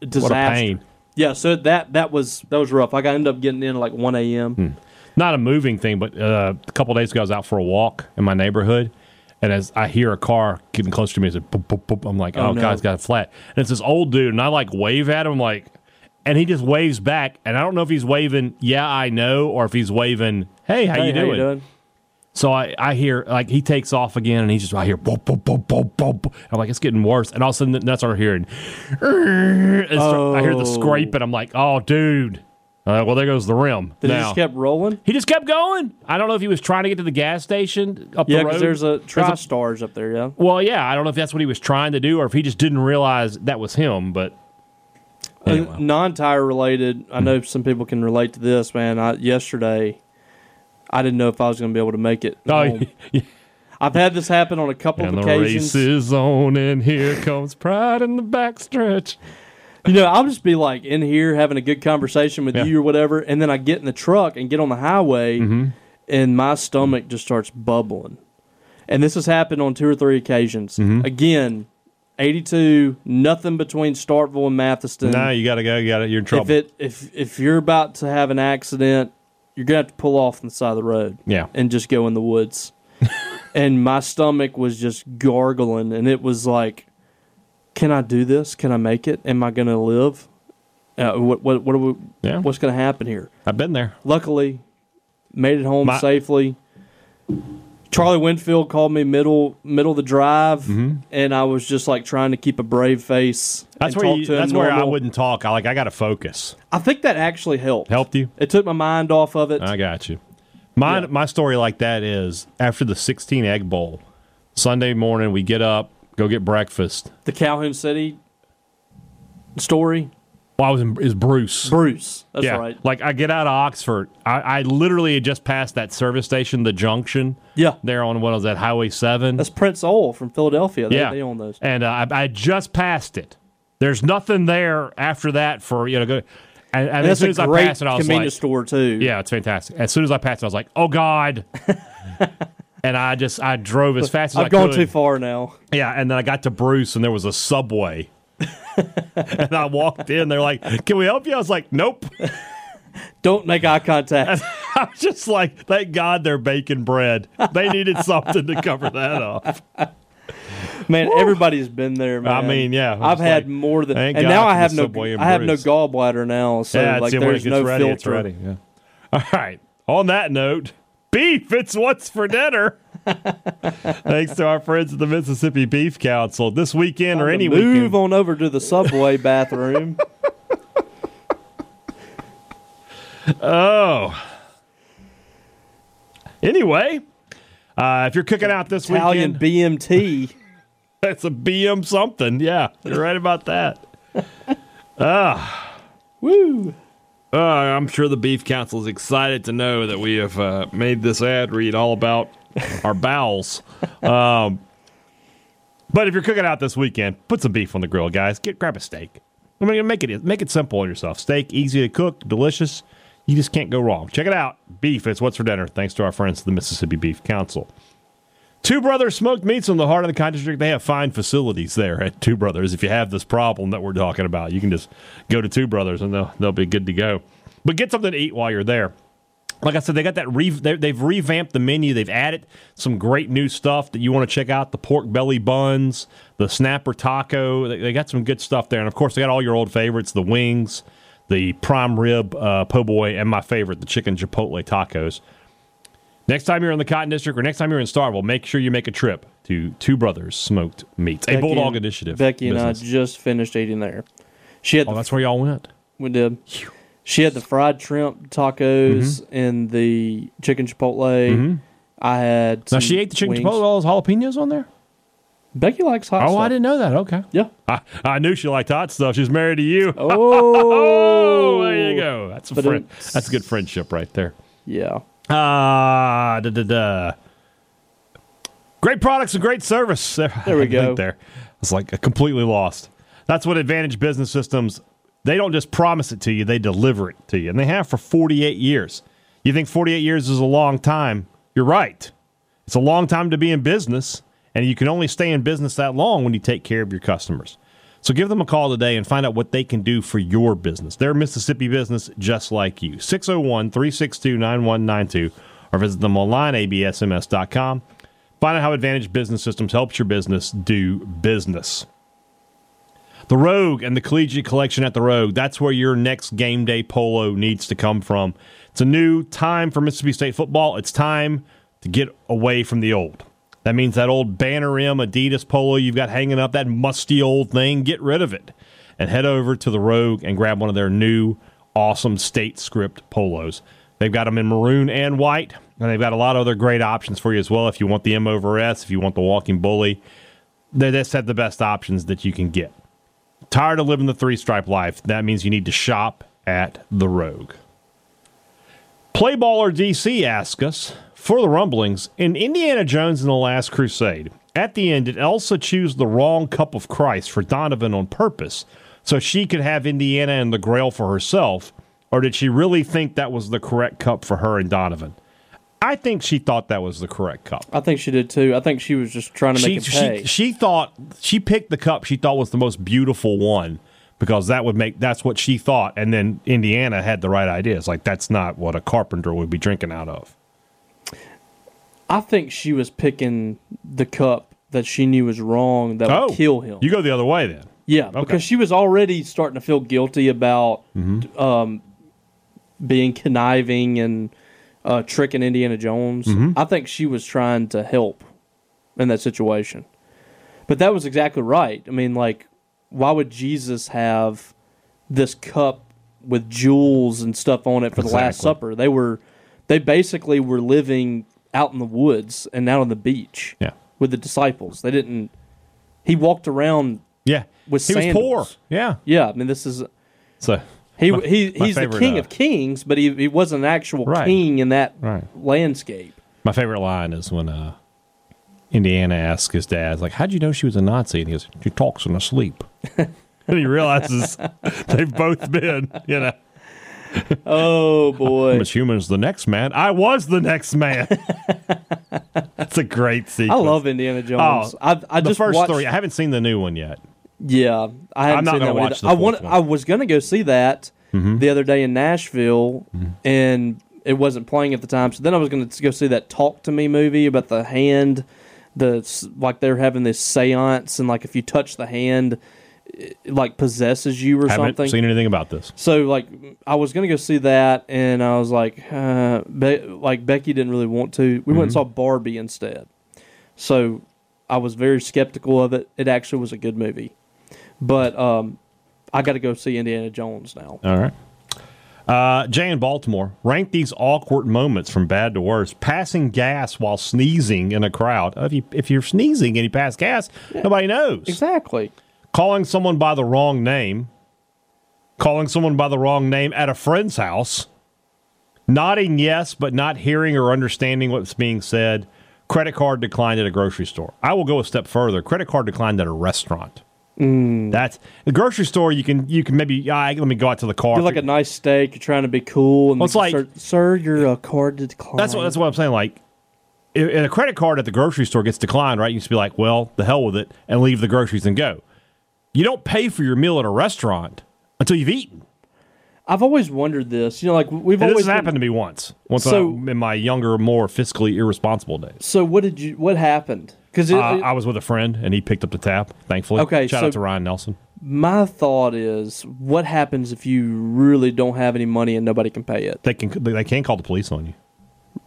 [SPEAKER 3] disaster.
[SPEAKER 2] pain.
[SPEAKER 3] Yeah, so that that was that was rough. Like I ended up getting in at like one a.m.
[SPEAKER 2] Hmm. not a moving thing, but uh, a couple days ago, I was out for a walk in my neighborhood, and as I hear a car getting close to me, it's like, boop, boop, boop. I'm like, oh,
[SPEAKER 3] Oh, no.
[SPEAKER 2] God, it's got a flat. And it's this old dude, and I like wave at him, like, and he just waves back, and I don't know if he's waving, yeah, I know, or if he's waving, hey, how,
[SPEAKER 3] Hey,
[SPEAKER 2] you, doing? So I, I hear like he takes off again, and he's just I hear boop boop boop boop boop. boop. I'm like, it's getting worse, and all of a sudden that's what I'm hearing. And it's- I hear the
[SPEAKER 3] Oh.
[SPEAKER 2] scrape, and I'm like, oh, dude. Uh, well, there goes the rim.
[SPEAKER 3] Did it
[SPEAKER 2] now.
[SPEAKER 3] just kept rolling?
[SPEAKER 2] He just kept going. I don't know if he was trying to get to the gas station up
[SPEAKER 3] Yeah,
[SPEAKER 2] the road.
[SPEAKER 3] because there's a TriStars up there. Yeah,
[SPEAKER 2] well, yeah, I don't know if that's what he was trying to do or if he just didn't realize that was him. But oh, Anyway.
[SPEAKER 3] Uh, non-tire related. I
[SPEAKER 2] Mm-hmm.
[SPEAKER 3] know some people can relate to this, man. I, yesterday, I didn't know if I was going to be able to make it.
[SPEAKER 2] *laughs* oh,
[SPEAKER 3] home. I've had this happen on a couple
[SPEAKER 2] and
[SPEAKER 3] of
[SPEAKER 2] the race
[SPEAKER 3] occasions.
[SPEAKER 2] is on, and here comes pride in the backstretch.
[SPEAKER 3] You know, I'll just be like in here having a good conversation with
[SPEAKER 2] Yeah.
[SPEAKER 3] you or whatever, and then I get in the truck and get on the highway,
[SPEAKER 2] Mm-hmm.
[SPEAKER 3] and my stomach just starts bubbling. And this has happened on two or three occasions.
[SPEAKER 2] Mm-hmm.
[SPEAKER 3] Again, 82, nothing between Startville and Matheson.
[SPEAKER 2] you got to go. You got it. You're in
[SPEAKER 3] if it if if you're about to have an accident, you're gonna have to pull off on the side of the road.
[SPEAKER 2] Yeah.
[SPEAKER 3] and just go in
[SPEAKER 2] *laughs*
[SPEAKER 3] the woods. and my stomach was just gargling, and it was like, can I do this? Can I make it? Am I gonna live? Uh, what what what are we?
[SPEAKER 2] Yeah.
[SPEAKER 3] What's gonna happen here?
[SPEAKER 2] I've been there.
[SPEAKER 3] Luckily, made it home
[SPEAKER 2] My-
[SPEAKER 3] safely. Charlie Winfield called me middle middle of the drive, and I was just like trying to keep a brave face.
[SPEAKER 2] Mm-hmm. That's
[SPEAKER 3] and
[SPEAKER 2] where
[SPEAKER 3] talk
[SPEAKER 2] you,
[SPEAKER 3] to him
[SPEAKER 2] that's where I
[SPEAKER 3] normal.
[SPEAKER 2] wouldn't talk. I like I got to focus.
[SPEAKER 3] I think that actually helped.
[SPEAKER 2] Helped you?
[SPEAKER 3] It took my mind off of it.
[SPEAKER 2] I got you. My
[SPEAKER 3] Yeah.
[SPEAKER 2] my story like that is after the 16 egg bowl, Sunday morning we get up, go get breakfast.
[SPEAKER 3] the Calhoun City story.
[SPEAKER 2] Well, I was in is Bruce.
[SPEAKER 3] Bruce. That's
[SPEAKER 2] yeah,
[SPEAKER 3] right.
[SPEAKER 2] like I get out of Oxford. I, I literally had just passed that service station, the junction.
[SPEAKER 3] Yeah.
[SPEAKER 2] there on what was that Highway Seven?
[SPEAKER 3] That's Prince Oil from Philadelphia. They,
[SPEAKER 2] yeah,
[SPEAKER 3] they own those.
[SPEAKER 2] And uh, I, I just passed it. There's nothing there after that for you know. Go, and, and
[SPEAKER 3] And
[SPEAKER 2] as
[SPEAKER 3] that's
[SPEAKER 2] soon
[SPEAKER 3] a
[SPEAKER 2] as I
[SPEAKER 3] great
[SPEAKER 2] passed it, I was like,
[SPEAKER 3] convenience store too.
[SPEAKER 2] Yeah, it's fantastic. As soon as I passed it, I was like, "Oh
[SPEAKER 3] *laughs*
[SPEAKER 2] God!" and I just I drove as fast as
[SPEAKER 3] I've
[SPEAKER 2] I
[SPEAKER 3] gone
[SPEAKER 2] could.
[SPEAKER 3] too far now.
[SPEAKER 2] Yeah, and then I got to Bruce, and there was a
[SPEAKER 3] *laughs*
[SPEAKER 2] subway. *laughs* and I walked in. They're like, "Can we help you?" I was like, "Nope."
[SPEAKER 3] Don't make
[SPEAKER 2] *laughs*
[SPEAKER 3] eye contact.
[SPEAKER 2] I was just like, "Thank God they're baking bread. They
[SPEAKER 3] *laughs*
[SPEAKER 2] needed something to cover that up."
[SPEAKER 3] man, everybody's been there, man.
[SPEAKER 2] I mean, yeah, it's
[SPEAKER 3] I've had
[SPEAKER 2] like,
[SPEAKER 3] more than
[SPEAKER 2] thank
[SPEAKER 3] and
[SPEAKER 2] God
[SPEAKER 3] now
[SPEAKER 2] for
[SPEAKER 3] I
[SPEAKER 2] the
[SPEAKER 3] have no
[SPEAKER 2] Subway in
[SPEAKER 3] I have no
[SPEAKER 2] Bruce.
[SPEAKER 3] gallbladder now, so
[SPEAKER 2] yeah,
[SPEAKER 3] like
[SPEAKER 2] it's when it
[SPEAKER 3] there's
[SPEAKER 2] gets
[SPEAKER 3] no
[SPEAKER 2] ready.
[SPEAKER 3] filter.
[SPEAKER 2] It's ready. Yeah. All right. On that note, beef. It's what's for
[SPEAKER 3] *laughs*
[SPEAKER 2] dinner. Thanks to our friends at the Mississippi Beef Council. This weekend or
[SPEAKER 3] To
[SPEAKER 2] any
[SPEAKER 3] move
[SPEAKER 2] weekend.
[SPEAKER 3] on over to the
[SPEAKER 2] *laughs*
[SPEAKER 3] subway bathroom.
[SPEAKER 2] Anyway, uh, if you're cooking out this
[SPEAKER 3] Italian
[SPEAKER 2] weekend,
[SPEAKER 3] BMT.
[SPEAKER 2] *laughs* that's a BM something. Yeah, you're right about that.
[SPEAKER 3] Woo.
[SPEAKER 2] Uh, I'm sure the Beef Council is excited to know that we have uh, made this ad read all about our bowels. Um, but if you're cooking out this weekend, put some beef on the grill, guys. Get grab a steak. I mean, make it make it simple on yourself. Steak, easy to cook, delicious. You just can't go wrong. Check it out. Beef, it's what's for dinner. Thanks to our friends at the Mississippi Beef Council. Two Brothers Smoked Meats in the heart of the Con District. They have fine facilities there at Two Brothers. If you have this problem that we're talking about, you can just go to Two Brothers and they'll, they'll be good to go. But get something to eat while you're there. Like I said, they got that re- they, they've revamped the menu. They've added some great new stuff that you want to check out: the pork belly buns, the snapper taco. They, they got some good stuff there, and of course, they got all your old favorites: the wings, the prime rib uh, po' boy, and my favorite, the chicken chipotle tacos. Next time you're in the Cotton District or next time you're in Starville, make sure you make a trip to Two Brothers Smoked Meats, a Bulldog Initiative.
[SPEAKER 3] Becky and I
[SPEAKER 2] business.
[SPEAKER 3] just finished eating there. She had
[SPEAKER 2] Oh,
[SPEAKER 3] the
[SPEAKER 2] that's where y'all went.
[SPEAKER 3] We did. She had the fried shrimp tacos
[SPEAKER 2] Mm-hmm.
[SPEAKER 3] and the chicken chipotle. I had.
[SPEAKER 2] Now
[SPEAKER 3] some
[SPEAKER 2] she ate the chicken
[SPEAKER 3] wings.
[SPEAKER 2] chipotle with all those jalapenos on there.
[SPEAKER 3] Becky likes hot.
[SPEAKER 2] Oh,
[SPEAKER 3] stuff.
[SPEAKER 2] I didn't know that. Okay.
[SPEAKER 3] Yeah.
[SPEAKER 2] I, I knew she liked hot stuff. She's married to you. Oh, *laughs*
[SPEAKER 3] Oh,
[SPEAKER 2] there you go. That's a
[SPEAKER 3] But
[SPEAKER 2] friend.
[SPEAKER 3] it's-
[SPEAKER 2] That's a good friendship right there.
[SPEAKER 3] Yeah.
[SPEAKER 2] Ah, da da da. Great products and great service. *laughs* There, I
[SPEAKER 3] we
[SPEAKER 2] had to think
[SPEAKER 3] go.
[SPEAKER 2] There, it's like completely lost. That's what Advantage Business Systems. They don't just promise it to you; they deliver it to you, and they have for 48 years. You think 48 years is a long time? You're right. It's a long time to be in business, and you can only stay in business that long when you take care of your customers. So give them a call today and find out what they can do for your business. They're a Mississippi business just like you. 601 362 9192 or visit them online, absms.com. Find out how Advantage Business Systems helps your business do business. The Rogue and the Collegiate Collection at the Rogue. That's where your next game day polo needs to come from. It's a new time for Mississippi State football. It's time to get away from the old. That means that old Banner M Adidas polo you've got hanging up, that musty old thing, get rid of it and head over to the Rogue and grab one of their new awesome state script polos. They've got them in maroon and white, and they've got a lot of other great options for you as well. If you want the M over S, if you want the Walking Bully, they just have the best options that you can get. Tired of living the three stripe life? That means you need to shop at The Rogue. Playballer DC asks us for the rumblings in Indiana Jones and the Last Crusade. At the end, did Elsa choose the wrong cup of Christ for Donovan on purpose so she could have Indiana and the Grail for herself, or did she really think that was the correct cup for her and Donovan? I think she thought that was the correct cup
[SPEAKER 3] I think she did too. I think she was just trying to
[SPEAKER 2] she,
[SPEAKER 3] make it pay.
[SPEAKER 2] she she thought she picked the cup she thought was the most beautiful one because that would make that's what she thought, and then Indiana had the right ideas. Like that's not what a carpenter would be drinking out of.
[SPEAKER 3] I think she was picking the cup that she knew was wrong that would kill him.
[SPEAKER 2] Oh, You go the other way then.
[SPEAKER 3] yeah, because she was already starting to feel guilty about
[SPEAKER 2] Mm-hmm.
[SPEAKER 3] um, being conniving and uh, tricking Indiana Jones.
[SPEAKER 2] Mm-hmm.
[SPEAKER 3] I think she was trying to help in that situation. But that was exactly right. I mean, like, why would Jesus have this cup with jewels and stuff on it for the Last
[SPEAKER 2] Exactly.
[SPEAKER 3] Supper? They were, they basically were living out in the woods and out on the beach
[SPEAKER 2] Yeah.
[SPEAKER 3] with the disciples. They didn't. He walked around.
[SPEAKER 2] Yeah,
[SPEAKER 3] With
[SPEAKER 2] he was poor.
[SPEAKER 3] sandals.
[SPEAKER 2] Yeah,
[SPEAKER 3] Yeah, I mean, this is
[SPEAKER 2] so
[SPEAKER 3] he.
[SPEAKER 2] My-
[SPEAKER 3] he
[SPEAKER 2] my
[SPEAKER 3] he's the
[SPEAKER 2] favorite,
[SPEAKER 3] king
[SPEAKER 2] uh,
[SPEAKER 3] of kings, but he he wasn't an actual
[SPEAKER 2] Right.
[SPEAKER 3] king in that
[SPEAKER 2] Right.
[SPEAKER 3] landscape.
[SPEAKER 2] My favorite line is when uh, Indiana asks his dad, like, how'd you know she was a Nazi? And he goes, she talks in her sleep. *laughs* and he realizes *laughs* they've both been, you know. *laughs*
[SPEAKER 3] Oh boy,
[SPEAKER 2] Miss Human's the next man. I was the next
[SPEAKER 3] *laughs*
[SPEAKER 2] man. It's a great
[SPEAKER 3] I
[SPEAKER 2] sequence.
[SPEAKER 3] love Indiana Jones.
[SPEAKER 2] Oh,
[SPEAKER 3] I I
[SPEAKER 2] the
[SPEAKER 3] just
[SPEAKER 2] first
[SPEAKER 3] watched,
[SPEAKER 2] three. I haven't seen the new one yet.
[SPEAKER 3] Yeah, I haven't
[SPEAKER 2] I'm not
[SPEAKER 3] seen
[SPEAKER 2] gonna
[SPEAKER 3] that one
[SPEAKER 2] watch
[SPEAKER 3] either.
[SPEAKER 2] the
[SPEAKER 3] I
[SPEAKER 2] fourth
[SPEAKER 3] want.
[SPEAKER 2] one. Mm-hmm.
[SPEAKER 3] I was gonna go see that the other day in Nashville, and it wasn't playing at the time. So then I was gonna go see that "Talk to Me" movie about the hand, the s- like they're having this séance, and like if you touch the hand, it, it, like possesses you or
[SPEAKER 2] haven't
[SPEAKER 3] something.
[SPEAKER 2] seen anything about this.
[SPEAKER 3] So like I was gonna go see that, and I was like, uh, Be- like Becky didn't really want to. We
[SPEAKER 2] Mm-hmm.
[SPEAKER 3] went and saw Barbie instead. So I was very skeptical of it. It actually was a good movie, but um, I got to go see Indiana Jones now.
[SPEAKER 2] All right. Uh, Jay in Baltimore rank these awkward moments from bad to worse. Passing gas while sneezing in a crowd. If you if you're sneezing and you pass gas, nobody knows.
[SPEAKER 3] Exactly.
[SPEAKER 2] Calling someone by the wrong name. Calling someone by the wrong name at a friend's house. Nodding yes, but not hearing or understanding what's being said. Credit card declined at a grocery store. I will go a step further. Credit card declined at a restaurant.
[SPEAKER 3] Mm.
[SPEAKER 2] That's the grocery store. You can you can maybe all right, let me go out to the car.
[SPEAKER 3] You're like a nice steak. You're trying to be cool, and
[SPEAKER 2] Well, it's
[SPEAKER 3] like,
[SPEAKER 2] like-
[SPEAKER 3] sir, sir, your uh, card declined.
[SPEAKER 2] That's what that's what I'm saying. Like, if, if a credit card at the grocery store gets declined, right? You should be like, well, the hell with it, and leave the groceries and go. You don't pay for your meal at a restaurant until you've eaten.
[SPEAKER 3] I've always wondered this. You know, like we've
[SPEAKER 2] And
[SPEAKER 3] always
[SPEAKER 2] this has
[SPEAKER 3] been-
[SPEAKER 2] happened to me once. Once
[SPEAKER 3] So-
[SPEAKER 2] I, in my younger, more fiscally irresponsible days.
[SPEAKER 3] So what did you? What happened? Because
[SPEAKER 2] Uh, I was with a friend, and he picked up the tab. Thankfully,
[SPEAKER 3] Okay,
[SPEAKER 2] Shout
[SPEAKER 3] so-
[SPEAKER 2] out to Ryan Nelson.
[SPEAKER 3] My thought is, what happens if you really don't have any money and nobody can pay it?
[SPEAKER 2] They can they can call the police on you.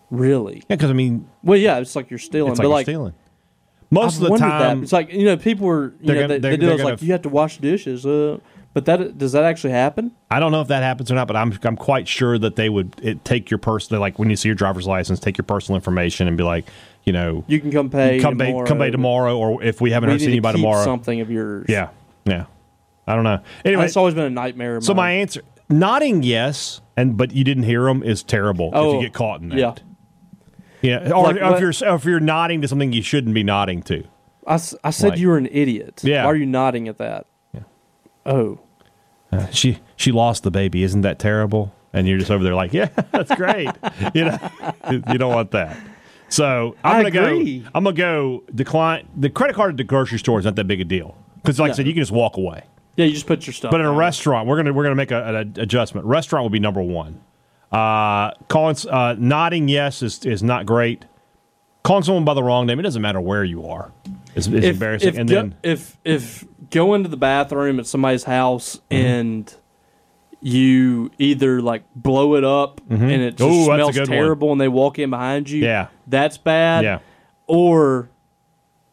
[SPEAKER 3] Really?
[SPEAKER 2] Yeah, because I mean,
[SPEAKER 3] Well, yeah, it's like you're stealing,
[SPEAKER 2] it's
[SPEAKER 3] but
[SPEAKER 2] like,
[SPEAKER 3] like
[SPEAKER 2] you're stealing. Most
[SPEAKER 3] I've
[SPEAKER 2] of the
[SPEAKER 3] wondered
[SPEAKER 2] time,
[SPEAKER 3] that. it's like you know, people were you
[SPEAKER 2] They're
[SPEAKER 3] know
[SPEAKER 2] gonna-
[SPEAKER 3] they, they
[SPEAKER 2] they're-
[SPEAKER 3] do
[SPEAKER 2] they're
[SPEAKER 3] it's like
[SPEAKER 2] gonna-
[SPEAKER 3] you have to wash dishes, uh, but that does that actually happen?
[SPEAKER 2] I don't know if that happens or not, but I'm I'm quite sure that they would it, take your person like when you see your driver's license, take your personal information and be like, you know,
[SPEAKER 3] You can come pay
[SPEAKER 2] come pay,
[SPEAKER 3] tomorrow.
[SPEAKER 2] come pay tomorrow, or if we haven't
[SPEAKER 3] We
[SPEAKER 2] heard
[SPEAKER 3] need
[SPEAKER 2] seen
[SPEAKER 3] to
[SPEAKER 2] you by
[SPEAKER 3] keep
[SPEAKER 2] tomorrow,
[SPEAKER 3] something of yours.
[SPEAKER 2] yeah, yeah. I don't know. Anyway,
[SPEAKER 3] it's always been a nightmare. of
[SPEAKER 2] so my
[SPEAKER 3] mine.
[SPEAKER 2] answer, nodding yes, and but you didn't hear them is terrible if
[SPEAKER 3] Oh,
[SPEAKER 2] you get caught in that.
[SPEAKER 3] yeah.
[SPEAKER 2] yeah. Or,
[SPEAKER 3] Like
[SPEAKER 2] or
[SPEAKER 3] what-
[SPEAKER 2] if you're or if you're nodding to something you shouldn't be nodding to.
[SPEAKER 3] I, s- I said
[SPEAKER 2] like-
[SPEAKER 3] you were an idiot.
[SPEAKER 2] Yeah.
[SPEAKER 3] Why are you nodding at that?
[SPEAKER 2] Yeah.
[SPEAKER 3] Oh,
[SPEAKER 2] Uh, she she lost the baby. Isn't that terrible? And you're just over there like, yeah, *laughs* that's great. you know, *laughs* you don't want that. So I'm
[SPEAKER 3] I
[SPEAKER 2] gonna go.
[SPEAKER 3] agree.
[SPEAKER 2] I'm gonna go decline the credit card at the grocery store is not that big a deal because, like I said, you can just walk away.
[SPEAKER 3] yeah. You just put your stuff.
[SPEAKER 2] But at a
[SPEAKER 3] down.
[SPEAKER 2] restaurant, we're gonna we're gonna make a, an ad- adjustment. Restaurant would be number one. Uh, calling s- uh, nodding yes is is not great. Calling someone by the wrong name, it doesn't matter where you are. It's, it's
[SPEAKER 3] if,
[SPEAKER 2] embarrassing.
[SPEAKER 3] If
[SPEAKER 2] and
[SPEAKER 3] go,
[SPEAKER 2] then
[SPEAKER 3] if if go into the bathroom at somebody's house
[SPEAKER 2] Mm-hmm.
[SPEAKER 3] and you either like blow it up and it
[SPEAKER 2] Mm-hmm.
[SPEAKER 3] just
[SPEAKER 2] Ooh, that's a
[SPEAKER 3] smells
[SPEAKER 2] good one.
[SPEAKER 3] terrible and they walk in behind you,
[SPEAKER 2] Yeah.
[SPEAKER 3] that's bad.
[SPEAKER 2] Yeah.
[SPEAKER 3] Or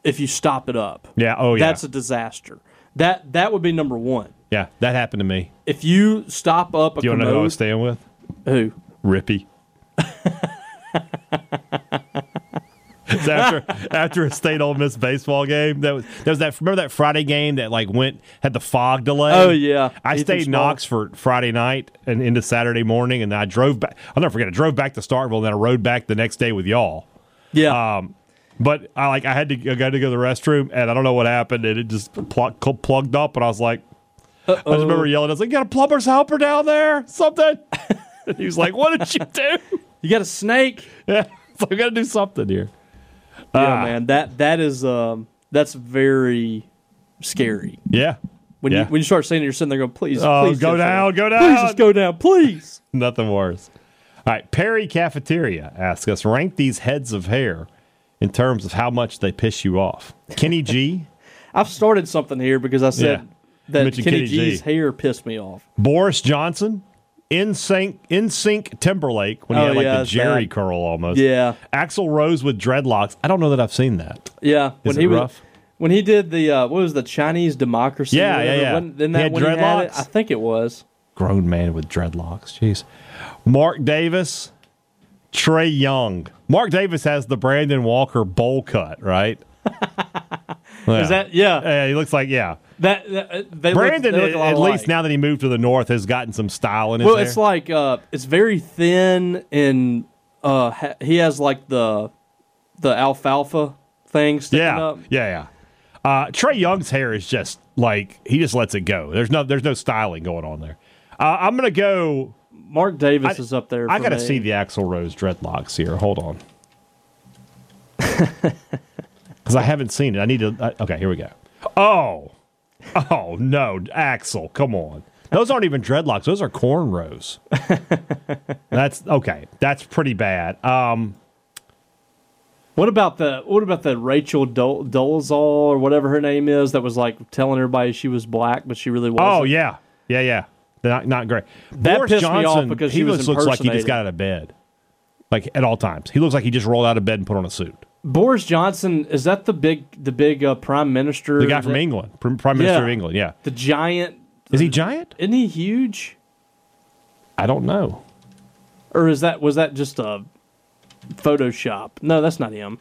[SPEAKER 3] if you stop it up,
[SPEAKER 2] yeah, oh yeah,
[SPEAKER 3] that's a disaster. That that would be number one.
[SPEAKER 2] yeah, that happened to me.
[SPEAKER 3] If you stop up a
[SPEAKER 2] Do you want to know who I
[SPEAKER 3] commode,
[SPEAKER 2] was staying with?
[SPEAKER 3] who?
[SPEAKER 2] Rippy. So after after a state Ole Miss baseball game, that was there was that remember that Friday game that like went had the fog delay.
[SPEAKER 3] Oh, yeah.
[SPEAKER 2] I
[SPEAKER 3] Ethan
[SPEAKER 2] stayed in
[SPEAKER 3] Small.
[SPEAKER 2] Oxford Friday night and into Saturday morning, and I drove back. I'll never forget. I drove back to Starkville, and then I rode back the next day with y'all.
[SPEAKER 3] Yeah,
[SPEAKER 2] Um, but I like I had to I got to go to the restroom, and I don't know what happened, and it just pl- cl- plugged up, and I was like, I just remember yelling, I was like, "You got a plumber's helper down there? Something?" *laughs* and he was like, "What did you do?" *laughs*
[SPEAKER 3] you got a snake.
[SPEAKER 2] yeah, so I got to do something here. Ah.
[SPEAKER 3] yeah, man. That that is um that's very scary.
[SPEAKER 2] Yeah,
[SPEAKER 3] When
[SPEAKER 2] Yeah.
[SPEAKER 3] you when you start saying it, you're sitting there going, "Please,
[SPEAKER 2] Oh,
[SPEAKER 3] please
[SPEAKER 2] go
[SPEAKER 3] just
[SPEAKER 2] down, go down."
[SPEAKER 3] please just go down, please."
[SPEAKER 2] Nothing worse. All right, Perry Cafeteria asks us rank these heads of hair in terms of how much they piss you off. Kenny G,
[SPEAKER 3] I've started something here because I said
[SPEAKER 2] Yeah.
[SPEAKER 3] that
[SPEAKER 2] Mention
[SPEAKER 3] Kenny,
[SPEAKER 2] Kenny G.
[SPEAKER 3] G's hair pissed me off.
[SPEAKER 2] Boris Johnson, in sync, in sync Timberlake when he
[SPEAKER 3] Oh,
[SPEAKER 2] had like
[SPEAKER 3] yeah,
[SPEAKER 2] the
[SPEAKER 3] that's
[SPEAKER 2] Jerry
[SPEAKER 3] bad.
[SPEAKER 2] curl almost.
[SPEAKER 3] Yeah,
[SPEAKER 2] Axel Rose with dreadlocks. I don't know that I've seen that.
[SPEAKER 3] yeah. When
[SPEAKER 2] it
[SPEAKER 3] he was
[SPEAKER 2] rough?
[SPEAKER 3] when he did the uh, what was the Chinese democracy? or
[SPEAKER 2] Yeah, yeah,
[SPEAKER 3] whatever,
[SPEAKER 2] yeah.
[SPEAKER 3] wasn't- Then
[SPEAKER 2] He
[SPEAKER 3] that
[SPEAKER 2] had
[SPEAKER 3] when he had it,
[SPEAKER 2] dreadlocks?
[SPEAKER 3] I think it was.
[SPEAKER 2] Grown man with dreadlocks. Jeez. Mark Davis, Trey Young. Mark Davis has the Brandon Walker bowl cut,
[SPEAKER 3] *laughs*
[SPEAKER 2] right? Yeah.
[SPEAKER 3] Is that yeah?
[SPEAKER 2] Yeah, he looks like yeah.
[SPEAKER 3] That, that uh, they look-
[SPEAKER 2] Brandon,
[SPEAKER 3] they look a lot
[SPEAKER 2] at
[SPEAKER 3] alike.
[SPEAKER 2] least now that he moved to the north, has gotten some style in his
[SPEAKER 3] Well,
[SPEAKER 2] hair.
[SPEAKER 3] it's like uh, it's very thin, and uh, ha- he has like the the alfalfa thing sticking
[SPEAKER 2] yeah,
[SPEAKER 3] up.
[SPEAKER 2] yeah, yeah. Uh, Trey Young's hair is just like he just lets it go. There's no, there's no styling going on there. Uh, I'm gonna go.
[SPEAKER 3] Mark Davis
[SPEAKER 2] I-
[SPEAKER 3] is up there.
[SPEAKER 2] I
[SPEAKER 3] for
[SPEAKER 2] gotta
[SPEAKER 3] me.
[SPEAKER 2] see the Axl Rose dreadlocks here. Hold
[SPEAKER 3] *laughs*
[SPEAKER 2] on, because I haven't seen it. I need to. uh, okay, here we go. Oh, oh no, Axel, come on. Those aren't even dreadlocks. Those are
[SPEAKER 3] *laughs*
[SPEAKER 2] cornrows. that's okay. That's pretty bad. Um,
[SPEAKER 3] What about the what about the Rachel Dol- Dolezal or whatever her name is that was like telling everybody she was black, but she really wasn't.
[SPEAKER 2] Oh yeah, yeah, yeah. Not not great.
[SPEAKER 3] That
[SPEAKER 2] Boris
[SPEAKER 3] pissed me off
[SPEAKER 2] Johnson,
[SPEAKER 3] because
[SPEAKER 2] he
[SPEAKER 3] he was
[SPEAKER 2] just looks like he just
[SPEAKER 3] impersonating.
[SPEAKER 2] got out of bed, like at all times. He looks like he just rolled out of bed and put on a suit.
[SPEAKER 3] Boris Johnson is that the big the big uh, prime minister?
[SPEAKER 2] The guy
[SPEAKER 3] that-
[SPEAKER 2] from England, Prim- Prime Minister
[SPEAKER 3] Yeah.
[SPEAKER 2] of England. Yeah,
[SPEAKER 3] the giant,
[SPEAKER 2] is he giant?
[SPEAKER 3] isn't he huge?
[SPEAKER 2] I don't know.
[SPEAKER 3] Or is that was that just a Photoshop? No, that's not him.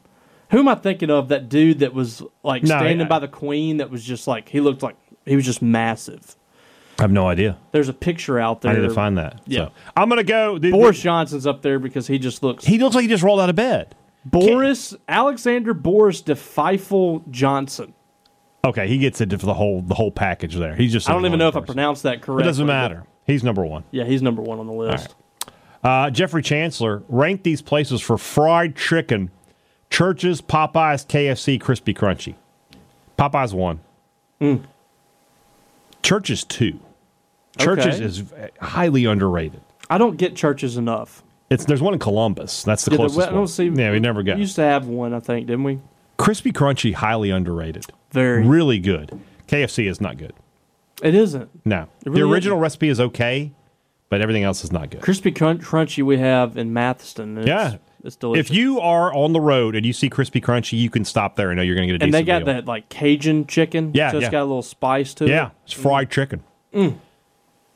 [SPEAKER 3] Who am I thinking of? That dude that was like
[SPEAKER 2] No,
[SPEAKER 3] standing
[SPEAKER 2] yeah.
[SPEAKER 3] by the queen that was just like he looked like he was just massive.
[SPEAKER 2] I have no idea.
[SPEAKER 3] There's a picture out there.
[SPEAKER 2] I need to find that.
[SPEAKER 3] Yeah.
[SPEAKER 2] So, I'm gonna go. The,
[SPEAKER 3] Boris Johnson's up there because he just looks
[SPEAKER 2] he looks like he just rolled out of bed.
[SPEAKER 3] Boris Alexander Boris DeFeifel Johnson.
[SPEAKER 2] Okay, he gets it for the whole the whole package there. He's just
[SPEAKER 3] I don't
[SPEAKER 2] another
[SPEAKER 3] even know if I
[SPEAKER 2] person.
[SPEAKER 3] pronounced that
[SPEAKER 2] It
[SPEAKER 3] correctly.
[SPEAKER 2] doesn't
[SPEAKER 3] but-
[SPEAKER 2] matter. He's number one.
[SPEAKER 3] Yeah, he's number one on the list.
[SPEAKER 2] Uh, Jeffrey Chancellor ranked these places for fried chicken: Churches, Popeyes, KFC, Crispy Crunchy. Popeyes one.
[SPEAKER 3] Hmm.
[SPEAKER 2] Churches two. Churches
[SPEAKER 3] Okay.
[SPEAKER 2] is highly underrated.
[SPEAKER 3] I don't get churches enough.
[SPEAKER 2] It's there's one in Columbus. That's the
[SPEAKER 3] Yeah, the-
[SPEAKER 2] closest
[SPEAKER 3] I don't
[SPEAKER 2] one.
[SPEAKER 3] see-
[SPEAKER 2] yeah, we never got
[SPEAKER 3] We used to have one, I think, didn't we?
[SPEAKER 2] Crispy Crunchy. Highly underrated.
[SPEAKER 3] Very.
[SPEAKER 2] really good. KFC is not good.
[SPEAKER 3] It isn't.
[SPEAKER 2] No,
[SPEAKER 3] really
[SPEAKER 2] the original
[SPEAKER 3] isn't.
[SPEAKER 2] recipe is okay, but everything else is not good.
[SPEAKER 3] Crispy crun- Crunchy we have in Matheston. It's,
[SPEAKER 2] Yeah.
[SPEAKER 3] It's delicious.
[SPEAKER 2] If you are on the road and you see Crispy Crunchy, you can stop there and know you're going to get a
[SPEAKER 3] and
[SPEAKER 2] decent
[SPEAKER 3] they got
[SPEAKER 2] meal.
[SPEAKER 3] that like Cajun chicken.
[SPEAKER 2] Yeah,
[SPEAKER 3] So it's
[SPEAKER 2] yeah.
[SPEAKER 3] got a little spice to
[SPEAKER 2] Yeah,
[SPEAKER 3] it.
[SPEAKER 2] it's fried chicken.
[SPEAKER 3] Mm.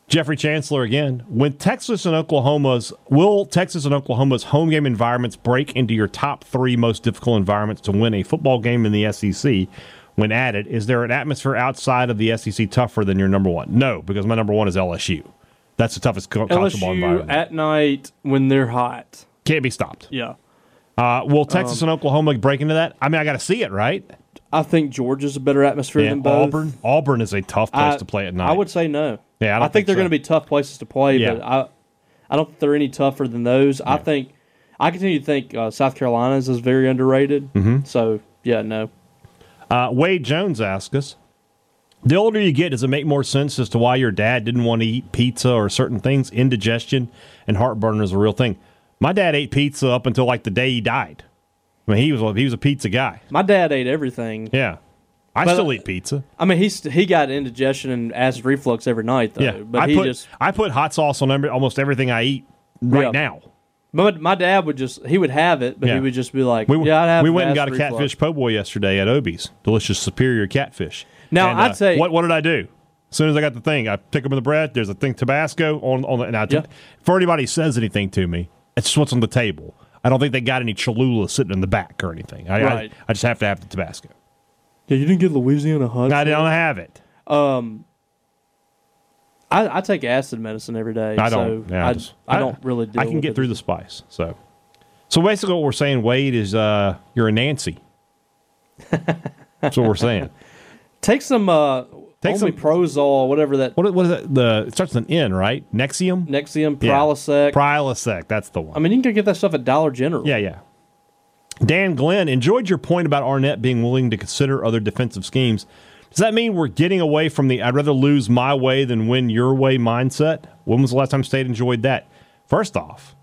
[SPEAKER 2] Jeffrey Chancellor again. When Texas and Oklahoma's will Texas and Oklahoma's home game environments break into your top three most difficult environments to win a football game in the SEC? When added, is there an atmosphere outside of the SEC tougher than your number one? No, because my number one is LSU. That's the toughest co- college football
[SPEAKER 3] LSU
[SPEAKER 2] environment.
[SPEAKER 3] at night when they're hot.
[SPEAKER 2] Can't be stopped.
[SPEAKER 3] Yeah.
[SPEAKER 2] Uh, will
[SPEAKER 3] Um,
[SPEAKER 2] Texas and Oklahoma break into that? I mean, I got to see it, right?
[SPEAKER 3] I think Georgia's a better atmosphere
[SPEAKER 2] Yeah,
[SPEAKER 3] than both.
[SPEAKER 2] Auburn. Auburn is a tough place to play at night.
[SPEAKER 3] Uh, I would say no.
[SPEAKER 2] Yeah, I don't
[SPEAKER 3] think,
[SPEAKER 2] think
[SPEAKER 3] they're
[SPEAKER 2] so.
[SPEAKER 3] going to be tough places to play,
[SPEAKER 2] Yeah.
[SPEAKER 3] but I, I don't think they're any tougher than those. I think I continue to think uh, South Carolina's is very underrated. Mm-hmm. So yeah, no.
[SPEAKER 2] Uh, Wade Jones asks us The older you get, does it make more sense as to why your dad didn't want to eat pizza or certain things? Indigestion and heartburn is a real thing. My dad ate pizza up until like the day he died. I mean, he was he was a pizza guy.
[SPEAKER 3] My dad ate everything.
[SPEAKER 2] Yeah, I
[SPEAKER 3] But- uh,
[SPEAKER 2] still eat pizza.
[SPEAKER 3] I mean, he's he got indigestion and acid reflux every night though.
[SPEAKER 2] Yeah,
[SPEAKER 3] but
[SPEAKER 2] I
[SPEAKER 3] he
[SPEAKER 2] put
[SPEAKER 3] just
[SPEAKER 2] I put hot sauce on every, almost everything I eat right
[SPEAKER 3] Yeah.
[SPEAKER 2] now.
[SPEAKER 3] but my dad would just he would have it, but
[SPEAKER 2] Yeah.
[SPEAKER 3] he would just be like,
[SPEAKER 2] We,
[SPEAKER 3] yeah, I'd have
[SPEAKER 2] we went and got
[SPEAKER 3] acid
[SPEAKER 2] a
[SPEAKER 3] reflux."
[SPEAKER 2] catfish po' boy yesterday at Obie's. Delicious superior catfish.
[SPEAKER 3] Now,
[SPEAKER 2] And, uh,
[SPEAKER 3] I'd say-
[SPEAKER 2] what what did I do? As soon as I got the thing, I pick up the bread. There's a thing Tabasco on on the. And I took-
[SPEAKER 3] Yeah.
[SPEAKER 2] For anybody who says anything to me, it's just what's on the table. I don't think they got any Cholula sitting in the back or anything. I, I-
[SPEAKER 3] Right.
[SPEAKER 2] I, just have to have the Tabasco.
[SPEAKER 3] Yeah, you didn't get Louisiana hot.
[SPEAKER 2] I don't have it.
[SPEAKER 3] I, I take acid medicine every day.
[SPEAKER 2] I don't.
[SPEAKER 3] So
[SPEAKER 2] yeah,
[SPEAKER 3] I,
[SPEAKER 2] just-
[SPEAKER 3] I, don't really. Deal
[SPEAKER 2] I can
[SPEAKER 3] with
[SPEAKER 2] get
[SPEAKER 3] it.
[SPEAKER 2] through the spice. So, so basically, what we're saying, Wade, is uh, you're a
[SPEAKER 3] *laughs*
[SPEAKER 2] Nancy. That's what we're saying.
[SPEAKER 3] Take some. Uh,
[SPEAKER 2] Take
[SPEAKER 3] Take
[SPEAKER 2] some-
[SPEAKER 3] some Prozol, whatever that
[SPEAKER 2] What, what is that? The it starts with an N, right? Nexium.
[SPEAKER 3] Nexium,
[SPEAKER 2] Yeah.
[SPEAKER 3] Prilosec.
[SPEAKER 2] Prilosec, that's the
[SPEAKER 3] I
[SPEAKER 2] one.
[SPEAKER 3] mean, you can go get that stuff at Dollar General.
[SPEAKER 2] Yeah, yeah. Dan Glenn enjoyed your point about Arnett being willing to consider other defensive schemes. Does that mean we're getting away from the I'd rather lose my way than win your way mindset? When was the last time State enjoyed that? First off,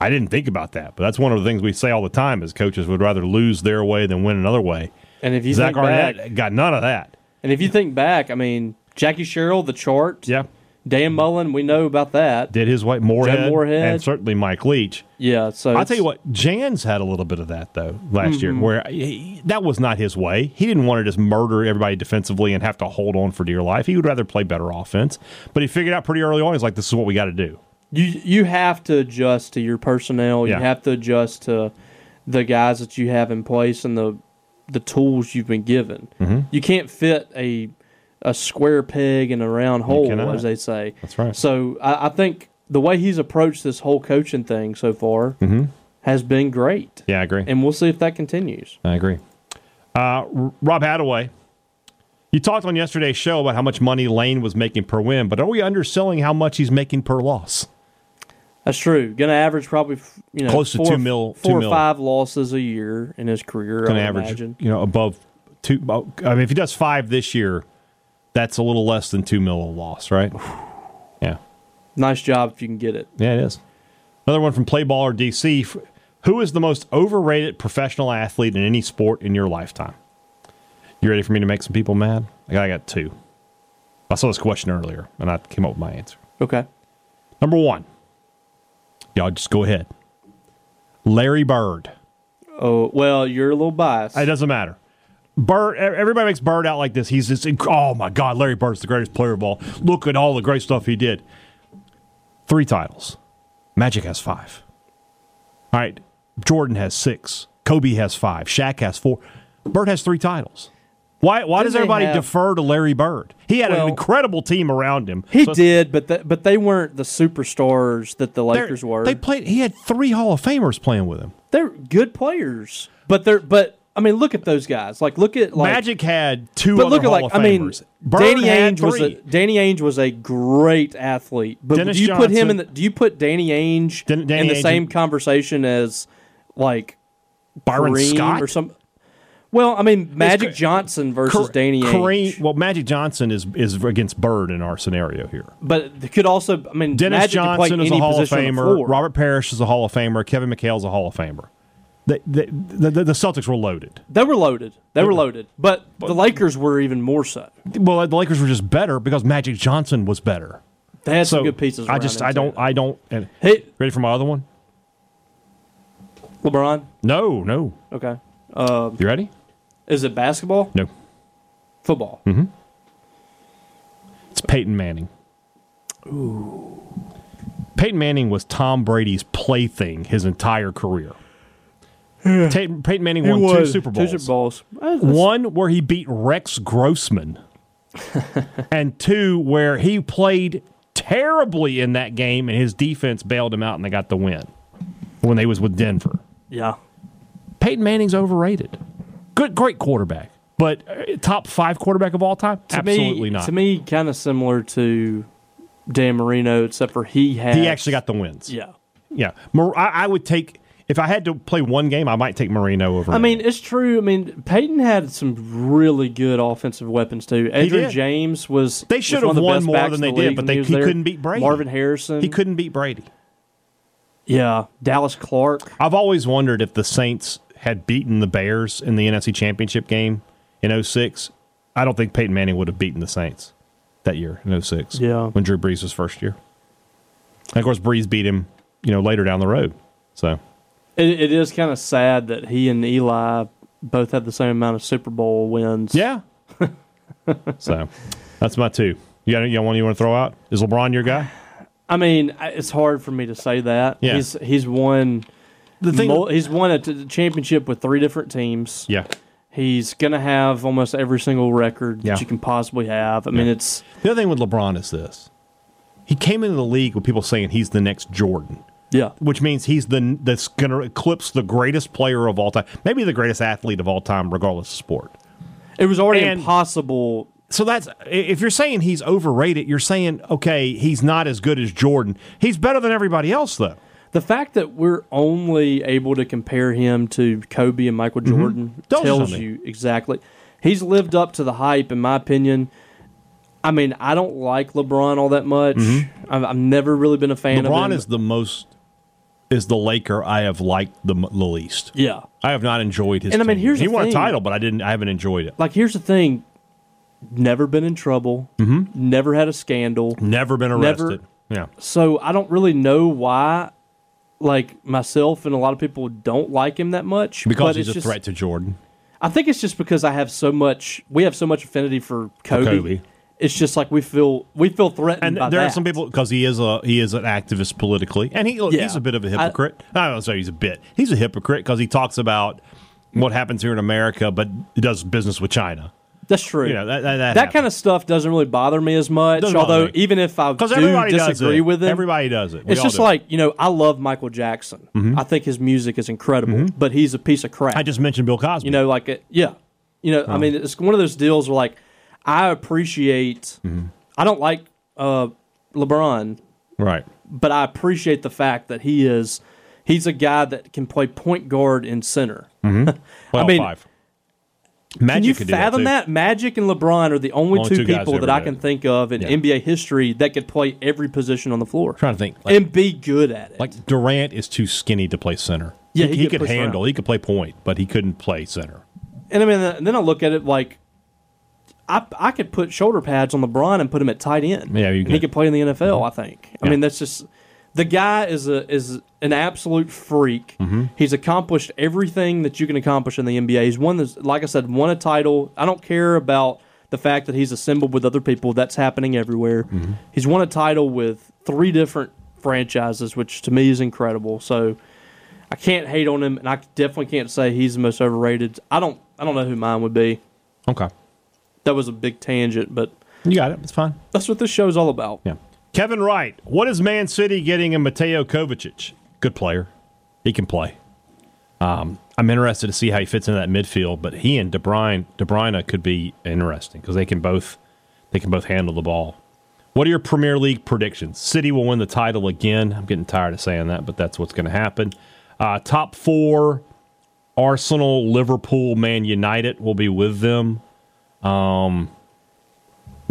[SPEAKER 2] I didn't think about that, but that's one of the things we say all the time is coaches would rather lose their way than win another way.
[SPEAKER 3] And if you
[SPEAKER 2] Zach
[SPEAKER 3] think
[SPEAKER 2] Arnett
[SPEAKER 3] back,
[SPEAKER 2] got none of that.
[SPEAKER 3] and if you think back, I mean Jackie Sherrill, the chart,
[SPEAKER 2] Yeah.
[SPEAKER 3] Dan Mullen, we know about that.
[SPEAKER 2] Did his way Moorhead,
[SPEAKER 3] Moorhead.
[SPEAKER 2] and certainly Mike Leach.
[SPEAKER 3] Yeah, so
[SPEAKER 2] I'll
[SPEAKER 3] it's- Mm-hmm.
[SPEAKER 2] tell you what, Jans had a little bit of that though last year, where he, that was not his way. He didn't want to just murder everybody defensively and have to hold on for dear life. He would rather play better offense, but he figured out pretty early on. He's like, "This is what we got to do."
[SPEAKER 3] you you have to adjust to your personnel.
[SPEAKER 2] Yeah.
[SPEAKER 3] You have to adjust to the guys that you have in place and the the tools you've been given.
[SPEAKER 2] Mm-hmm.
[SPEAKER 3] You can't fit a a square peg in a round hole,
[SPEAKER 2] cannot.
[SPEAKER 3] as they say.
[SPEAKER 2] That's right.
[SPEAKER 3] So I, I think the way he's approached this whole coaching thing so far
[SPEAKER 2] Mm-hmm.
[SPEAKER 3] has been great,
[SPEAKER 2] Yeah, I agree.
[SPEAKER 3] and we'll see if that continues.
[SPEAKER 2] I agree. Uh, R- Rob Hadaway, you talked on yesterday's show about how much money Lane was making per win, but are we underselling how much he's making per loss?
[SPEAKER 3] That's true. Going to average probably f- you know
[SPEAKER 2] Close to
[SPEAKER 3] four,
[SPEAKER 2] two mil-
[SPEAKER 3] four
[SPEAKER 2] two
[SPEAKER 3] or
[SPEAKER 2] mil.
[SPEAKER 3] five losses a year in his career.
[SPEAKER 2] going
[SPEAKER 3] I
[SPEAKER 2] to
[SPEAKER 3] would
[SPEAKER 2] average,
[SPEAKER 3] imagine.
[SPEAKER 2] you know, above two. oh, I mean, if he does five this year, that's a little less than two mil a loss, right? yeah,
[SPEAKER 3] Nice job if you can get it.
[SPEAKER 2] yeah, it is. Another one from Play Baller DC. F- Who is the most overrated professional athlete in any sport in your lifetime? You ready for me to make some people mad? I got, I got two. I saw this question earlier, and I came up with my answer.
[SPEAKER 3] Okay.
[SPEAKER 2] Number one, y'all just go ahead. Larry Bird.
[SPEAKER 3] Oh well, you're a little biased.
[SPEAKER 2] It doesn't matter. Bird, e- everybody makes Bird out like this. He's just, inc- oh my God, Larry Bird's the greatest player of all. Look at all the great stuff he did. Three titles. Magic has five. All right. Jordan has six. Kobe has five. Shaq has four. Bird has three titles. Why, why
[SPEAKER 3] Didn't
[SPEAKER 2] does
[SPEAKER 3] they
[SPEAKER 2] everybody
[SPEAKER 3] have-
[SPEAKER 2] defer to Larry Bird? He had
[SPEAKER 3] Well-
[SPEAKER 2] an incredible team around him.
[SPEAKER 3] He
[SPEAKER 2] So it's-
[SPEAKER 3] did, but th- but they weren't the superstars that the
[SPEAKER 2] they're-
[SPEAKER 3] Lakers were.
[SPEAKER 2] They
[SPEAKER 3] They,
[SPEAKER 2] played. He had three Hall of Famers playing with him.
[SPEAKER 3] are good players, but they're but I mean, look at those guys. Like look at like
[SPEAKER 2] Magic had two.
[SPEAKER 3] but
[SPEAKER 2] other
[SPEAKER 3] look at
[SPEAKER 2] Hall
[SPEAKER 3] like
[SPEAKER 2] of
[SPEAKER 3] I mean,
[SPEAKER 2] Famers. Bird
[SPEAKER 3] Danny
[SPEAKER 2] had
[SPEAKER 3] Ainge was a
[SPEAKER 2] three.
[SPEAKER 3] Danny Ainge was a great athlete. But
[SPEAKER 2] Dennis
[SPEAKER 3] do you put him
[SPEAKER 2] Johnson.
[SPEAKER 3] in? The, do you put Danny Ainge
[SPEAKER 2] Dan- Danny
[SPEAKER 3] in the
[SPEAKER 2] Ainge
[SPEAKER 3] same
[SPEAKER 2] and-
[SPEAKER 3] conversation as like
[SPEAKER 2] Byron
[SPEAKER 3] Kareem
[SPEAKER 2] Scott
[SPEAKER 3] or some? Well, I mean, Magic
[SPEAKER 2] Ka-
[SPEAKER 3] Johnson versus
[SPEAKER 2] Kar-
[SPEAKER 3] Danny Ainge,
[SPEAKER 2] Kareem- well, Magic Johnson is is against Bird in our scenario here.
[SPEAKER 3] but they could also I mean,
[SPEAKER 2] Dennis
[SPEAKER 3] Magic could play
[SPEAKER 2] Johnson is a
[SPEAKER 3] any
[SPEAKER 2] Hall of
[SPEAKER 3] position on the
[SPEAKER 2] Famer.
[SPEAKER 3] floor.
[SPEAKER 2] Robert Parrish is a Hall of Famer. Kevin McHale's a Hall of Famer. The, the, the, the Celtics were loaded.
[SPEAKER 3] They were loaded. They were loaded, but the Lakers were even more so.
[SPEAKER 2] Well, the Lakers were just better because Magic Johnson was better.
[SPEAKER 3] They had
[SPEAKER 2] So
[SPEAKER 3] some good pieces.
[SPEAKER 2] I
[SPEAKER 3] around
[SPEAKER 2] just
[SPEAKER 3] him,
[SPEAKER 2] I
[SPEAKER 3] too.
[SPEAKER 2] don't I don't. And
[SPEAKER 3] Hey,
[SPEAKER 2] ready for my other one?
[SPEAKER 3] LeBron.
[SPEAKER 2] No, no.
[SPEAKER 3] Okay. Uh,
[SPEAKER 2] You ready?
[SPEAKER 3] is it basketball?
[SPEAKER 2] No.
[SPEAKER 3] Football.
[SPEAKER 2] It's Peyton Manning. Ooh. Peyton Manning was Tom Brady's plaything his entire career. Peyton, Peyton Manning won two Super Bowls.
[SPEAKER 3] Two Super Bowls. Uh, that's-
[SPEAKER 2] One where he beat Rex Grossman, and two where he played terribly in that game, and his defense bailed him out, and they got the win when they was with Denver.
[SPEAKER 3] Yeah.
[SPEAKER 2] Peyton Manning's overrated. Good, great quarterback, but uh, top five quarterback of all time?
[SPEAKER 3] To
[SPEAKER 2] Absolutely
[SPEAKER 3] me,
[SPEAKER 2] not.
[SPEAKER 3] To me, kind of similar to Dan Marino, except for he had.
[SPEAKER 2] he actually got the wins.
[SPEAKER 3] Yeah.
[SPEAKER 2] Yeah, Mar- I, I would take if I had to play one game, I might take Marino over.
[SPEAKER 3] I mean,
[SPEAKER 2] Manning.
[SPEAKER 3] it's true. I mean, Peyton had some really good offensive weapons too. Adrian
[SPEAKER 2] did.
[SPEAKER 3] James was.
[SPEAKER 2] They
[SPEAKER 3] was
[SPEAKER 2] should
[SPEAKER 3] one
[SPEAKER 2] have
[SPEAKER 3] of the
[SPEAKER 2] won
[SPEAKER 3] best
[SPEAKER 2] more
[SPEAKER 3] backs
[SPEAKER 2] than
[SPEAKER 3] in
[SPEAKER 2] they
[SPEAKER 3] the
[SPEAKER 2] did,
[SPEAKER 3] league
[SPEAKER 2] but
[SPEAKER 3] when
[SPEAKER 2] they-
[SPEAKER 3] was
[SPEAKER 2] he
[SPEAKER 3] there.
[SPEAKER 2] couldn't beat Brady.
[SPEAKER 3] Marvin Harrison.
[SPEAKER 2] he couldn't beat Brady.
[SPEAKER 3] Yeah, Dallas Clark.
[SPEAKER 2] I've always wondered if the Saints had beaten the Bears in the NFC Championship game in 06. I don't think Peyton Manning would have beaten the Saints that year in 06.
[SPEAKER 3] Yeah.
[SPEAKER 2] when Drew Brees was first year. And of course, Brees beat him, you know, later down the road. So
[SPEAKER 3] It, it is kind of sad that he and Eli both had the same amount of Super Bowl wins. *laughs*
[SPEAKER 2] yeah. so that's my two. You got, any- you got one you want to throw out? Is LeBron your guy?
[SPEAKER 3] I mean, I- it's hard for me to say that.
[SPEAKER 2] Yeah.
[SPEAKER 3] He's he's won
[SPEAKER 2] The
[SPEAKER 3] mul- he's won a t- championship with three different teams.
[SPEAKER 2] yeah.
[SPEAKER 3] He's going to have almost every single record
[SPEAKER 2] Yeah.
[SPEAKER 3] that you can possibly have. I mean,
[SPEAKER 2] Yeah.
[SPEAKER 3] it's
[SPEAKER 2] The other thing with LeBron is this: he came into the league with people saying he's the next Jordan,
[SPEAKER 3] yeah.
[SPEAKER 2] which means he's the that's going to eclipse the greatest player of all time, maybe the greatest athlete of all time, regardless of sport.
[SPEAKER 3] It was already
[SPEAKER 2] And-
[SPEAKER 3] impossible.
[SPEAKER 2] So that's i- if you're saying he's overrated, you're saying okay, he's not as good as Jordan. He's better than everybody else, though.
[SPEAKER 3] The fact that we're only able to compare him to Kobe and Michael Jordan
[SPEAKER 2] Tells you
[SPEAKER 3] tells
[SPEAKER 2] something.
[SPEAKER 3] you exactly. he's lived up to the hype, in my opinion. I mean, I don't like LeBron all that much. I've, I've never really been a fan of
[SPEAKER 2] Mm-hmm. LeBron
[SPEAKER 3] him.
[SPEAKER 2] is the most is the Laker I have liked the, m- the least.
[SPEAKER 3] yeah.
[SPEAKER 2] I have not enjoyed his.
[SPEAKER 3] And, I mean,
[SPEAKER 2] tenure.
[SPEAKER 3] here's
[SPEAKER 2] he
[SPEAKER 3] the
[SPEAKER 2] won
[SPEAKER 3] thing.
[SPEAKER 2] a title, but I didn't. I haven't enjoyed it.
[SPEAKER 3] Like, here's the thing: never been in trouble, mm-hmm. never had a scandal.
[SPEAKER 2] Never been
[SPEAKER 3] Never-
[SPEAKER 2] arrested. Yeah,
[SPEAKER 3] So I don't really know why, like myself and a lot of people don't like him that much.
[SPEAKER 2] because
[SPEAKER 3] but
[SPEAKER 2] he's
[SPEAKER 3] it's
[SPEAKER 2] a
[SPEAKER 3] just,
[SPEAKER 2] threat to Jordan.
[SPEAKER 3] I think it's just because I have so much. We have so much affinity for Kobe.
[SPEAKER 2] Kobe.
[SPEAKER 3] It's just like we feel we feel threatened.
[SPEAKER 2] And
[SPEAKER 3] by
[SPEAKER 2] there are
[SPEAKER 3] that.
[SPEAKER 2] some people because he is a he is an activist politically, and he look,
[SPEAKER 3] Yeah.
[SPEAKER 2] he's a bit of a
[SPEAKER 3] I-
[SPEAKER 2] hypocrite. I, don't say he's a bit. He's a hypocrite because he talks about what happens here in America, but he does business with China.
[SPEAKER 3] That's true.
[SPEAKER 2] You know that that,
[SPEAKER 3] that kind of stuff doesn't really bother me as much.
[SPEAKER 2] Doesn't bother
[SPEAKER 3] although
[SPEAKER 2] me.
[SPEAKER 3] even if I do
[SPEAKER 2] because everybody does
[SPEAKER 3] disagree
[SPEAKER 2] it.
[SPEAKER 3] with it,
[SPEAKER 2] Everybody does it. We
[SPEAKER 3] it's
[SPEAKER 2] all
[SPEAKER 3] just
[SPEAKER 2] do it. Mm-hmm.
[SPEAKER 3] like you know I love Michael Jackson. I think his music is incredible, but he's a piece of crap.
[SPEAKER 2] I just mentioned Bill Cosby.
[SPEAKER 3] you know, like it, yeah, you know. I mean, it's one of those deals where like I appreciate.
[SPEAKER 2] Mm-hmm.
[SPEAKER 3] I don't like uh, LeBron,
[SPEAKER 2] right?
[SPEAKER 3] but I appreciate the fact that he is. He's a guy that can play point guard and center.
[SPEAKER 2] Well,
[SPEAKER 3] mean,
[SPEAKER 2] five. Mm-hmm. Magic
[SPEAKER 3] Can you
[SPEAKER 2] could do
[SPEAKER 3] fathom
[SPEAKER 2] too.
[SPEAKER 3] that? Magic and LeBron are the only,
[SPEAKER 2] Only
[SPEAKER 3] two,
[SPEAKER 2] two guys
[SPEAKER 3] people
[SPEAKER 2] ever
[SPEAKER 3] that I
[SPEAKER 2] did
[SPEAKER 3] can
[SPEAKER 2] it.
[SPEAKER 3] think of in
[SPEAKER 2] Yeah.
[SPEAKER 3] NBA history that could play every position on the floor
[SPEAKER 2] trying to think, like,
[SPEAKER 3] and be good at it.
[SPEAKER 2] like Durant is too skinny to play center.
[SPEAKER 3] Yeah,
[SPEAKER 2] he,
[SPEAKER 3] he
[SPEAKER 2] he
[SPEAKER 3] could
[SPEAKER 2] could
[SPEAKER 3] push
[SPEAKER 2] handle.
[SPEAKER 3] around.
[SPEAKER 2] He could play point, but he couldn't play center.
[SPEAKER 3] and I mean, and then I look at it like I, I could put shoulder pads on LeBron and put him at tight end.
[SPEAKER 2] Yeah, you
[SPEAKER 3] and he
[SPEAKER 2] could. Mm-hmm.
[SPEAKER 3] could play in the NFL. I think. I
[SPEAKER 2] Yeah.
[SPEAKER 3] mean, that's just the guy is a is an absolute freak.
[SPEAKER 2] Mm-hmm.
[SPEAKER 3] He's accomplished everything that you can accomplish in the NBA. He's won this, like I said, won a title. I don't care about the fact that he's assembled with other people. That's happening everywhere.
[SPEAKER 2] Mm-hmm.
[SPEAKER 3] He's won a title with three different franchises, which to me is incredible. So. I can't hate on him, and I definitely can't say he's the most overrated. I don't. I don't know who mine would be.
[SPEAKER 2] Okay,
[SPEAKER 3] That was a big tangent, but
[SPEAKER 2] you got it. It's fine.
[SPEAKER 3] that's what this show's all about.
[SPEAKER 2] Yeah. Kevin Wright, what is Man City getting in Mateo Kovacic? Good player. He can play. Um, I'm interested to see how he fits into that midfield, but he and DeBrine DeBrina could be interesting because they can both they can both handle the ball. What are your Premier League predictions? City will win the title again. I'm getting tired of saying that, but that's what's going to happen. Uh, top four: Arsenal, Liverpool, Man United will be with them. Um,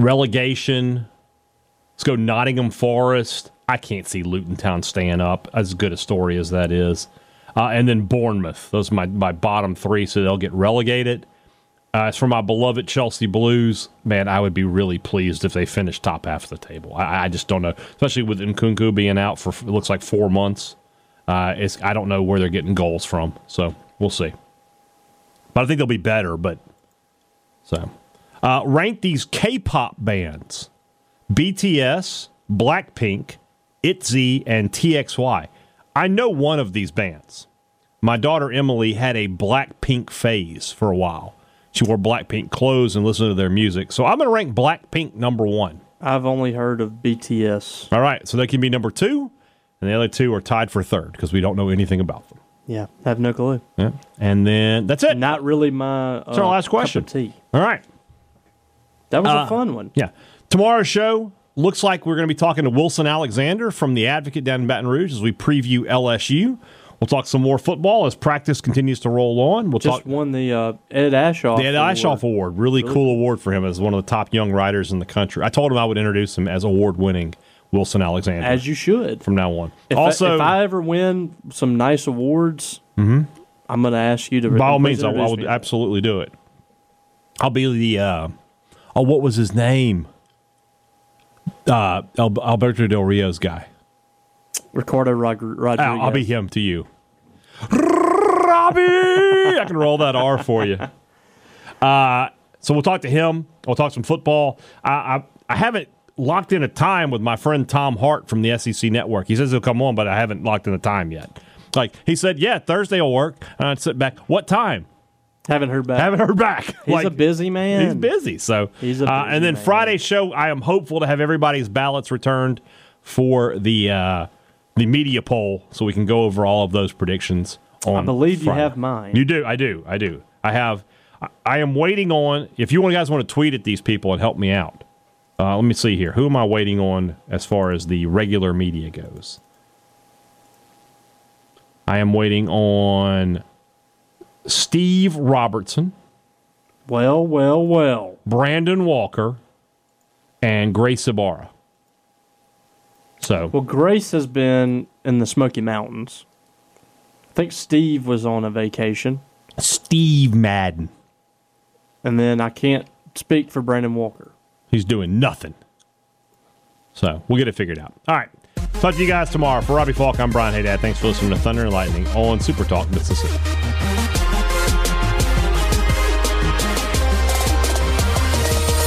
[SPEAKER 2] relegation. Let's go Nottingham Forest. I can't see Luton Town staying up, as good a story as that is. Uh, and then Bournemouth. Those are my, my bottom three, so they'll get relegated. Uh, as for my beloved Chelsea Blues, man, I would be really pleased if they finished top half of the table. I, I just don't know, especially with Nkunku being out for it looks like four months. Uh, it's I don't know where they're getting goals from, so we'll see. But I think they'll be better. But so uh, rank these K-pop bands. BTS, Blackpink, ITZY, and TXY. I know one of these bands. My daughter Emily had a Blackpink phase for a while. She wore Blackpink clothes and listened to their music. So I'm going to rank Blackpink number one.
[SPEAKER 3] I've only heard of BTS.
[SPEAKER 2] All right, so they can be number two, and the other two are tied for third because we don't know anything about them.
[SPEAKER 3] Yeah, have no clue.
[SPEAKER 2] Yeah. And then that's it.
[SPEAKER 3] Not really my. Uh,
[SPEAKER 2] that's our last question.
[SPEAKER 3] Cup of tea.
[SPEAKER 2] All right.
[SPEAKER 3] That was a fun one.
[SPEAKER 2] Yeah. Tomorrow's show looks like we're going to be talking to Wilson Alexander from The Advocate down in Baton Rouge as we preview LSU. We'll talk some more football as practice continues to roll on. We'll
[SPEAKER 3] Just
[SPEAKER 2] talk
[SPEAKER 3] won the uh, Ed Ashoff.
[SPEAKER 2] the Ed Ishoff Award. Really, cool award for him as one of the top young writers in the country. I told him I would introduce him as award winning Wilson Alexander
[SPEAKER 3] as you should.
[SPEAKER 2] from now on.
[SPEAKER 3] If
[SPEAKER 2] also, Mm-hmm.
[SPEAKER 3] I, if I ever win some nice awards, I'm going to ask you to.
[SPEAKER 2] by all means,
[SPEAKER 3] please
[SPEAKER 2] I, I
[SPEAKER 3] introduce
[SPEAKER 2] would
[SPEAKER 3] me.
[SPEAKER 2] absolutely do it. I'll be the uh, oh, what was his name? Uh, Al- Alberto Del Rio's guy.
[SPEAKER 3] Ricardo Rod-
[SPEAKER 2] I'll-
[SPEAKER 3] Rodriguez.
[SPEAKER 2] I'll be him to you. Robbie! I can roll that R for you. Uh, so we'll talk to him. We'll talk some football. I, I, I haven't locked in a time with my friend Tom Hart from the SEC Network. He says he'll come on, but I haven't locked in a time yet. Like he said, yeah, Thursday will work. And I'd sit back. What time?
[SPEAKER 3] Haven't heard back.
[SPEAKER 2] I haven't heard back.
[SPEAKER 3] He's
[SPEAKER 2] Like,
[SPEAKER 3] a busy man.
[SPEAKER 2] He's busy. So
[SPEAKER 3] He's a
[SPEAKER 2] uh,
[SPEAKER 3] busy
[SPEAKER 2] and then
[SPEAKER 3] man.
[SPEAKER 2] Friday's show, I am hopeful to have everybody's ballots returned for the uh, the media poll, so we can go over all of those predictions. On I
[SPEAKER 3] believe you have mine.
[SPEAKER 2] You do. I do. I do. I have. I- I am waiting on. If you guys want to tweet at these people and help me out, uh, let me see here. Who am I waiting on as far as the regular media goes? I am waiting on Steve Robertson.
[SPEAKER 3] Well, well, well.
[SPEAKER 2] Brandon Walker, and Grace Ibarra. So
[SPEAKER 3] Well, Grace has been in the Smoky Mountains. I think Steve was on a vacation,
[SPEAKER 2] Steve Madden,
[SPEAKER 3] and then I can't speak for Brandon Walker.
[SPEAKER 2] he's doing nothing. So we'll get it figured out. All right. Talk to you guys tomorrow. For Robbie Falk, I'm Brian Haydad. Thanks for listening to Thunder and Lightning on Super Talk Mississippi.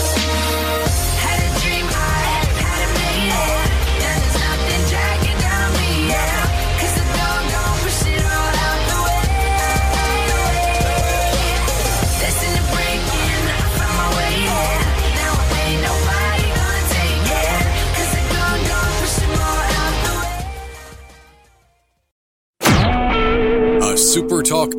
[SPEAKER 4] Had a dream I had had it made it. Now there's nothing dragging down me now. 'Cause the dog don't push it all out the way. Listen to breaking, I found my way. Yeah. Now ain't nobody gonna take it. 'Cause the dog don't push it all out the way.
[SPEAKER 5] A SuperTalk